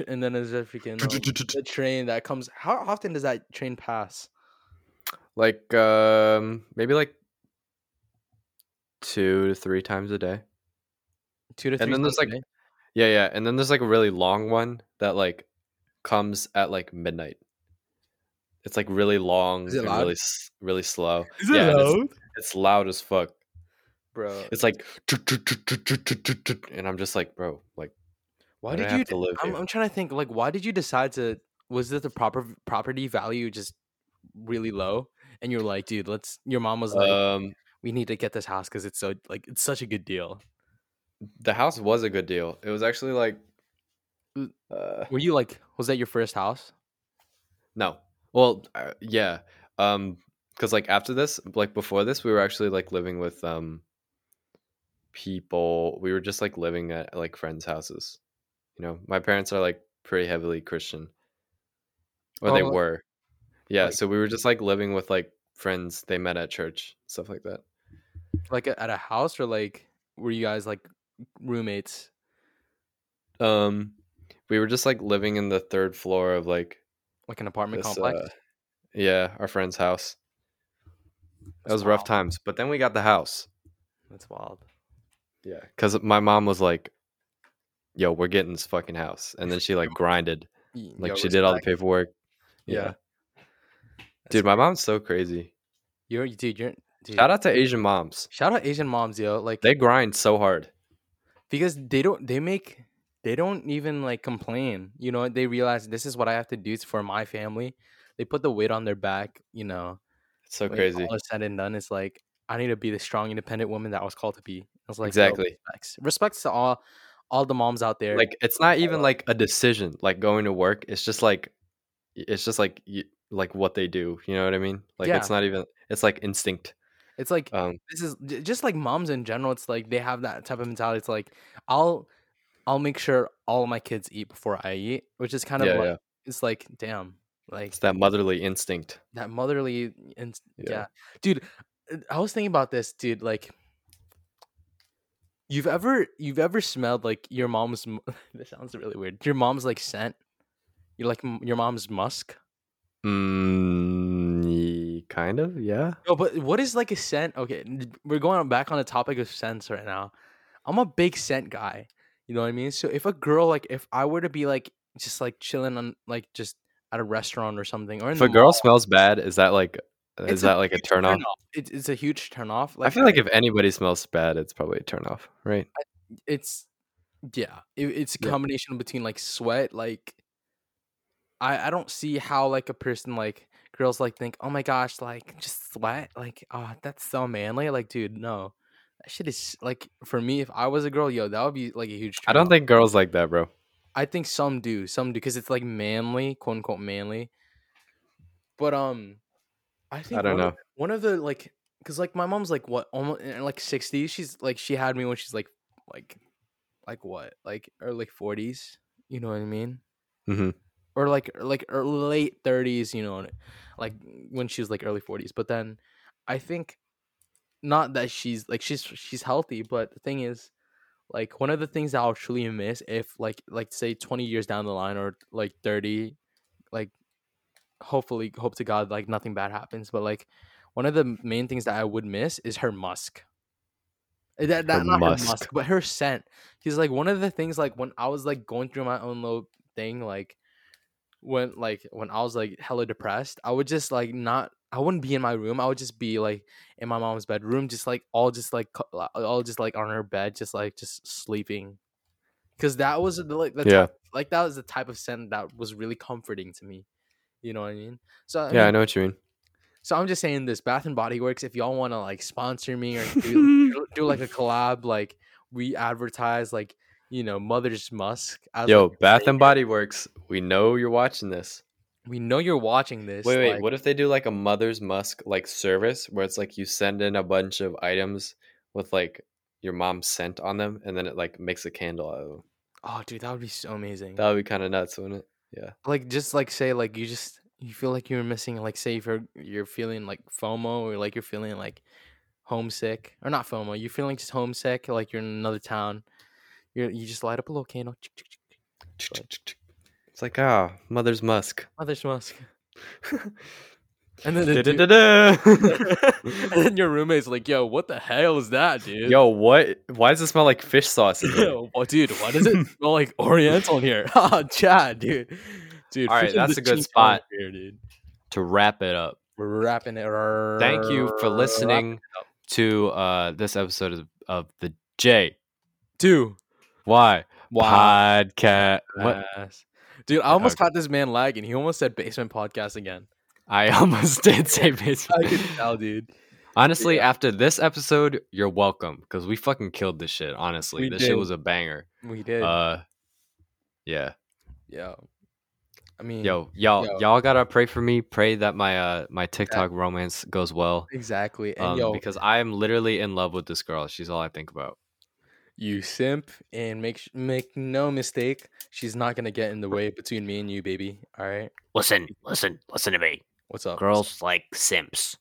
and then there's a freaking um, the train that comes. How often does that train pass?
like um maybe like two to three times a day
Two to three.
and then there's like
times a day?
yeah yeah and then there's like a really long one that like comes at like midnight it's like really long
Is it
and
loud?
really s- really slow yeah and It's, it's loud as fuck
bro?
it's like and i'm just like bro like
Why
I
did
have
you?
to live
I'm,
here.
I'm trying to think. Like, why did you decide to? Was it the proper property value just really low? And you're like, dude, let's. Your mom was like,
um
we need to get this house because it's so like it's such a good deal.
the house was a good deal it was actually like
Mm.
uh
Were you like, was that your first house?
No. Well, uh, yeah. Um, because like after this, like before this, we were actually like living with um people. We were just like living at like friends' houses. You know, my parents are like pretty heavily Christian, or they
Oh,
were. Yeah,
like-
so we were just like living with like friends they met at church, stuff like that.
Like a- at a house or like were you guys like roommates?
Um, we were just like living in the third floor of like
Like an apartment
this,
complex?
uh, yeah, our friend's house. That
That's
was rough
wild.
times, but then we got the house.
That's wild.
Yeah, because my mom was like, "Yo, we're getting this fucking house," and then she like grinded,
Y-
like
yo,
she did all the
respect.
paperwork.
Yeah.
dude, my mom's so crazy.
You're dude, you're dude.
Shout out to Asian moms;
Shout out Asian moms, yo. Like
they grind so hard.
because they don't they make they don't even like complain. You know, they realize this is what I have to do for my family. They put the weight on their back, you know.
It's so
when
crazy.
All is said and done, it's like I need to be the strong, independent woman that I was called to be. I was like, yo,
Exactly.
respects. respects to all, all the moms out there.
Like it's not even like a decision, like going to work. It's just like, it's just like y- like what they do. You know what I mean? Like
Yeah.
it's not even. It's like instinct.
it's like
Um,
this is j- just like moms in general. It's like they have that type of mentality. It's like I'll, I'll make sure all my kids eat before I eat, which is kind of
yeah,
like
yeah.
it's like damn, like
It's that motherly instinct.
that motherly and yeah.
Yeah.
dude uh, i was thinking about this dude like you've ever you've ever smelled like your mom's m- this sounds really weird your mom's like scent you like m- your mom's musk
Mm, ye- kind of, yeah.
no Oh, but what is like a scent okay n- we're going on back on the topic of scents right now i'm a big scent guy you know what i mean so if a girl like if i were to be like just like chilling on like just at a restaurant or something or in
If
the
a girl
mall,
smells bad, is that like
It's
is
a
that like a
huge
turn off?
it's, it's a huge turn off
I feel like if anybody smells bad, it's probably a turn off, right?
it's yeah it, it's a
Yeah.
combination between like sweat like i i don't see how like a person like girls like think oh my gosh like just sweat like oh that's so manly like dude no that shit is like for me if i was a girl yo that would be like a huge
I don't
turnoff.
think girls like that, bro.
i think some do some do because it's like manly quote unquote manly but um i think
I don't
one of-
know.
one of the like because like my mom's like what almost in her, like 60s she's like she had me when she's like like like what like early 40s you know what i mean
Mhm.
or like or, like ear- late 30s you know and, like when she was like early 40s but then i think not that she's like she's she's healthy but the thing is like one of the things that i'll truly miss if like like say 20 years down the line or like 30 like hopefully hope to god like nothing bad happens but like one of the m- main things that I would miss is her musk. Eh, That, that, not
musk.
her musk, but her scent. She's like one of the things like when I was like going through my own little thing, like when like when I was like hella depressed, I would just like not I wouldn't be in my room. I would just be like in my mom's bedroom, just like all just like cu- li- all just like on her bed, just like just sleeping. Cause that was the, like the
Yeah.
type, like that was the type of scent that was really comforting to me. You know what I mean? So I
yeah, I
mean,
know what you mean.
so I'm just saying this Bath and Body Works. If y'all want to like sponsor me or do, do, do, like a collab, like we advertise like you know Mother's Musk. As,
Yo,
like, a
Bath and
flavor.
Body Works. We know you're watching this.
We know you're watching this.
wait, wait.
like-
what if they do like a Mother's Musk like service where it's like you send in a bunch of items with like your mom's scent on them, and then it like makes a candle out of them?
Oh, dude, that would be so amazing.
That would be kind of nuts, wouldn't it? Yeah.
like, just like say, like you just you feel like you're missing. Like, say if you're you're feeling like FOMO or like you're feeling like homesick or not FOMO, you're feeling just homesick. Like you're in another town. You you just light up a little candle.
It's like ah, Mother's Musk.
Mother's Musk. And then, the dude- and
Da-da-da-da.
then your roommate's like, "Yo, what the hell is that, dude?
Yo, what? Why does it smell like fish sauce? in here?
Yo, oh, dude, why does it smell like Oriental in here? Ah, Chad, dude, dude.
All right,
freaking
that's
the
a good
cheese
spot.
on here, dude.
to wrap it up,
We're wrapping it.
thank you for listening to uh, this episode of, of the J
Dude,
Y
wow,
Podcast. What?
Yes. dude, I almost
Okay.
caught this man lagging. He almost said basement podcast again.
I almost did say
I could
basement.
tell, dude.
Honestly, after this episode, you're welcome because we fucking killed this shit. Honestly,
We
this
did.
shit was a banger.
We did.
Uh, yeah.
yeah. I mean,
Yo, y'all,
Mm. Yo.
y'all gotta pray for me. Pray that my uh my TikTok romance goes well.
exactly. And
Um,
yo,
because I am literally in love with this girl. She's all I think about.
you simp, and make sh- make no mistake, she's not gonna get in the way between me and you, baby. All right,
Listen, listen, listen to me.
what's up,
Girls like simps.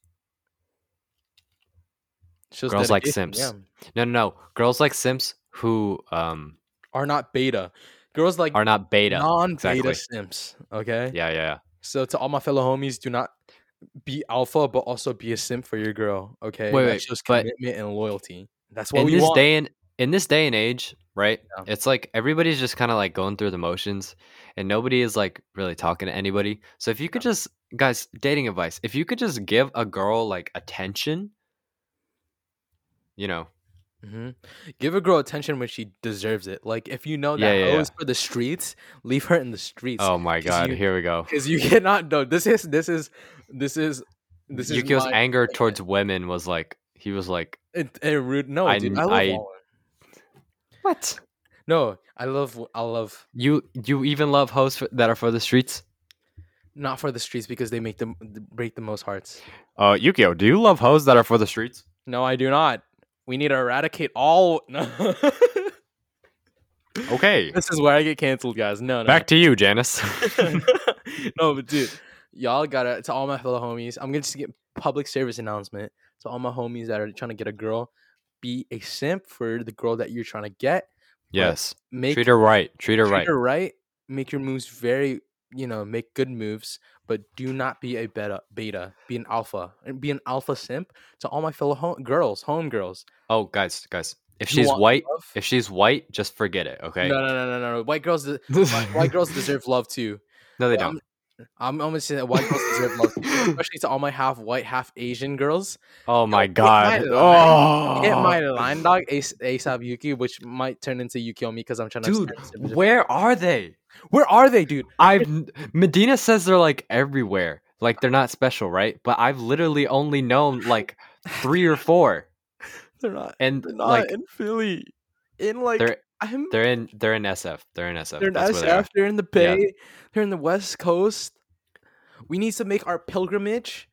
Shows
girls like
dedication,
simps. No, no, no. Girls like simps who um
are not beta. Girls like
are not beta.
non-beta
exactly.
simps. Okay.
Yeah, yeah, yeah.
So to all my fellow homies, do not be alpha, but also be a simp for your girl. Okay.
Wait,
That
wait,
shows
but-
commitment and loyalty. That's what
in
we
this
want.
day and in this day and age, right?
Yeah.
It's like everybody's just kind of like going through the motions, and nobody is like really talking to anybody. So if you could just, guys, dating advice: if you could just give a girl like attention, you know,
Mhm. Give a girl attention when she deserves it. Like if you know
Yeah,
that
yeah,
O
yeah.
is for the streets, leave her in the streets.
oh my
'cause
god,
you-
here we go.
Because you cannot know. This is this is this is this is
Yukio's
my-
anger towards women was like he was like,
it, it rude. No,
I-
dude, I love
I-
all-
what?
No, I love I love
You you even love hosts for, that are for the streets?
not for the streets because they make them break the most hearts.
Uh, Yukio, do you love hoes that are for the streets?
No, I do not. We need to eradicate all. No.
Okay,
this is where I get canceled, guys. No, no,
back to you, Janice.
no, but dude, y'all gotta to all my fellow homies. I'm gonna just get public service announcement to all my homies that are trying to get a girl. Be a simp for the girl that you're trying to get.
yes,
Make
treat her right. Treat her
treat
right.
her right. Make your moves very, you know, make good moves, but do not be a beta. Beta. Be an alpha. And be an alpha simp to all my fellow home, girls, home girls.
Oh, guys, guys. If
You
she's
want
white,
love?
if she's white, just forget it,
No,
okay?
no, no, no, no, no. White girls. de- White, white girls deserve love too.
no, they
I'm-
don't.
I'm almost saying that white girls deserve love, too, especially to all my half white, half Asian girls.
Oh my
hit
god.
my
Oh.
Hit my line dog Ace, ASAP Yuki, which might turn into Yuki on me because I'm trying to.
Dude,
understand the-
where are they?
where are they, dude?
I've n- Medina says they're like everywhere. Like they're not special, right? But I've literally only known like 3 or 4
They're not.
and
They're not
like
in Philly. In like
they're
I'm.
they're in they're in SF. They're in SF.
They're in
That's
SF.
where
They
they are.
are in the
Yeah.
Bay. They're in the West Coast. We need to make our pilgrimage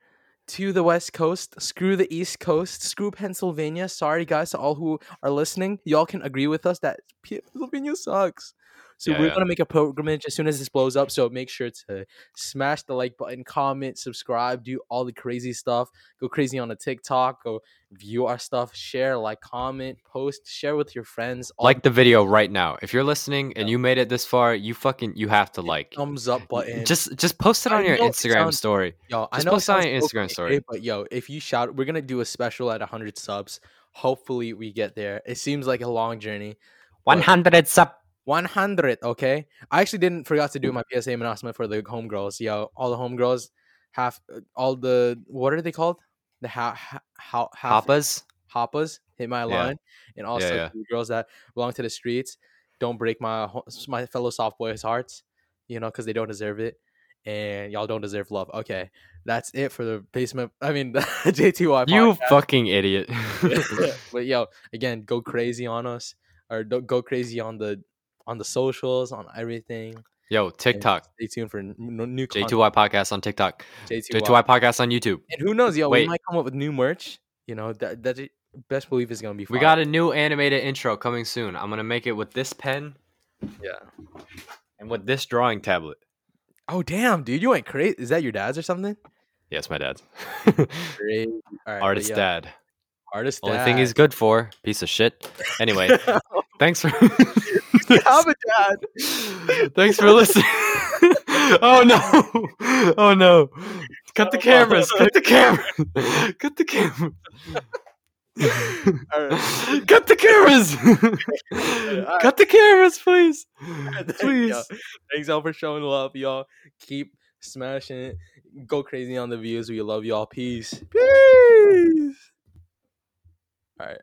to the West Coast. Screw the East Coast. Screw Pennsylvania. Sorry, guys, to all who are listening. Y'all can agree with us that P- Pennsylvania sucks. So
Yeah,
we're
yeah.
gonna make a pilgrimage as soon as this blows up. So make sure to smash the like button, comment, subscribe, do all the crazy stuff. Go crazy on the TikTok. Go view our stuff. Share, like, comment, post, share with your friends. all
Like the video right now. If you're listening and you made it this far, you fucking you have to like.
thumbs up button.
Just just post it
I
on your
know it
Instagram
sounds-
story.
Yo, I
Just
know it
post on
sounds
your
so
Instagram
cliche,
story.
but yo, if you shout, we're gonna do a special at 100 subs. Hopefully, we get there. It seems like a long journey.
100 sub.
100, okay? I actually didn't forgot to do my PSA announcement for the homegirls. Yeah, all the homegirls have all the what are they called? The how ha- how ha- half
Hoppers.
hoppas hit my
Yeah.
line, and also
yeah.
to the girls that belong to the streets. Don't break my ho- my fellow soft boys' hearts, you know, because they don't deserve it, and y'all don't deserve love. Okay, that's it for the basement. I mean, the JTY.
You
podcast.
fucking idiot.
but yo, again, go crazy on us, or don't go crazy on the on the socials, on everything.
Yo,
and
TikTok.
Stay tuned for n- n- new content.
J2Y podcast on TikTok.
J2Y.
J2Y podcast on YouTube.
And who knows, yo, we
Wait.
might come up with new merch. You know that that best believe is gonna be.
We
fire.
got a new animated intro coming soon. I'm gonna make it with this pen
Yeah.
and with this drawing tablet.
Oh damn, dude, you went crazy. Is that your dad's or something?
Yes, my dad's
Great. All right,
artist
but yeah,
dad.
Artist
Only
dad.
thing he's good for. Piece of shit. Anyway, thanks for
have a dad.
thanks for listening. oh no! Oh no! Cut the cameras! Cut the camera! Cut the camera!
All right.
Cut the cameras!
Alright.
Cut the cameras, please!
Please.
Please.
Thanks all for showing love, y'all. Keep smashing it. Go crazy on the views. We love y'all. Peace. Peace. All right.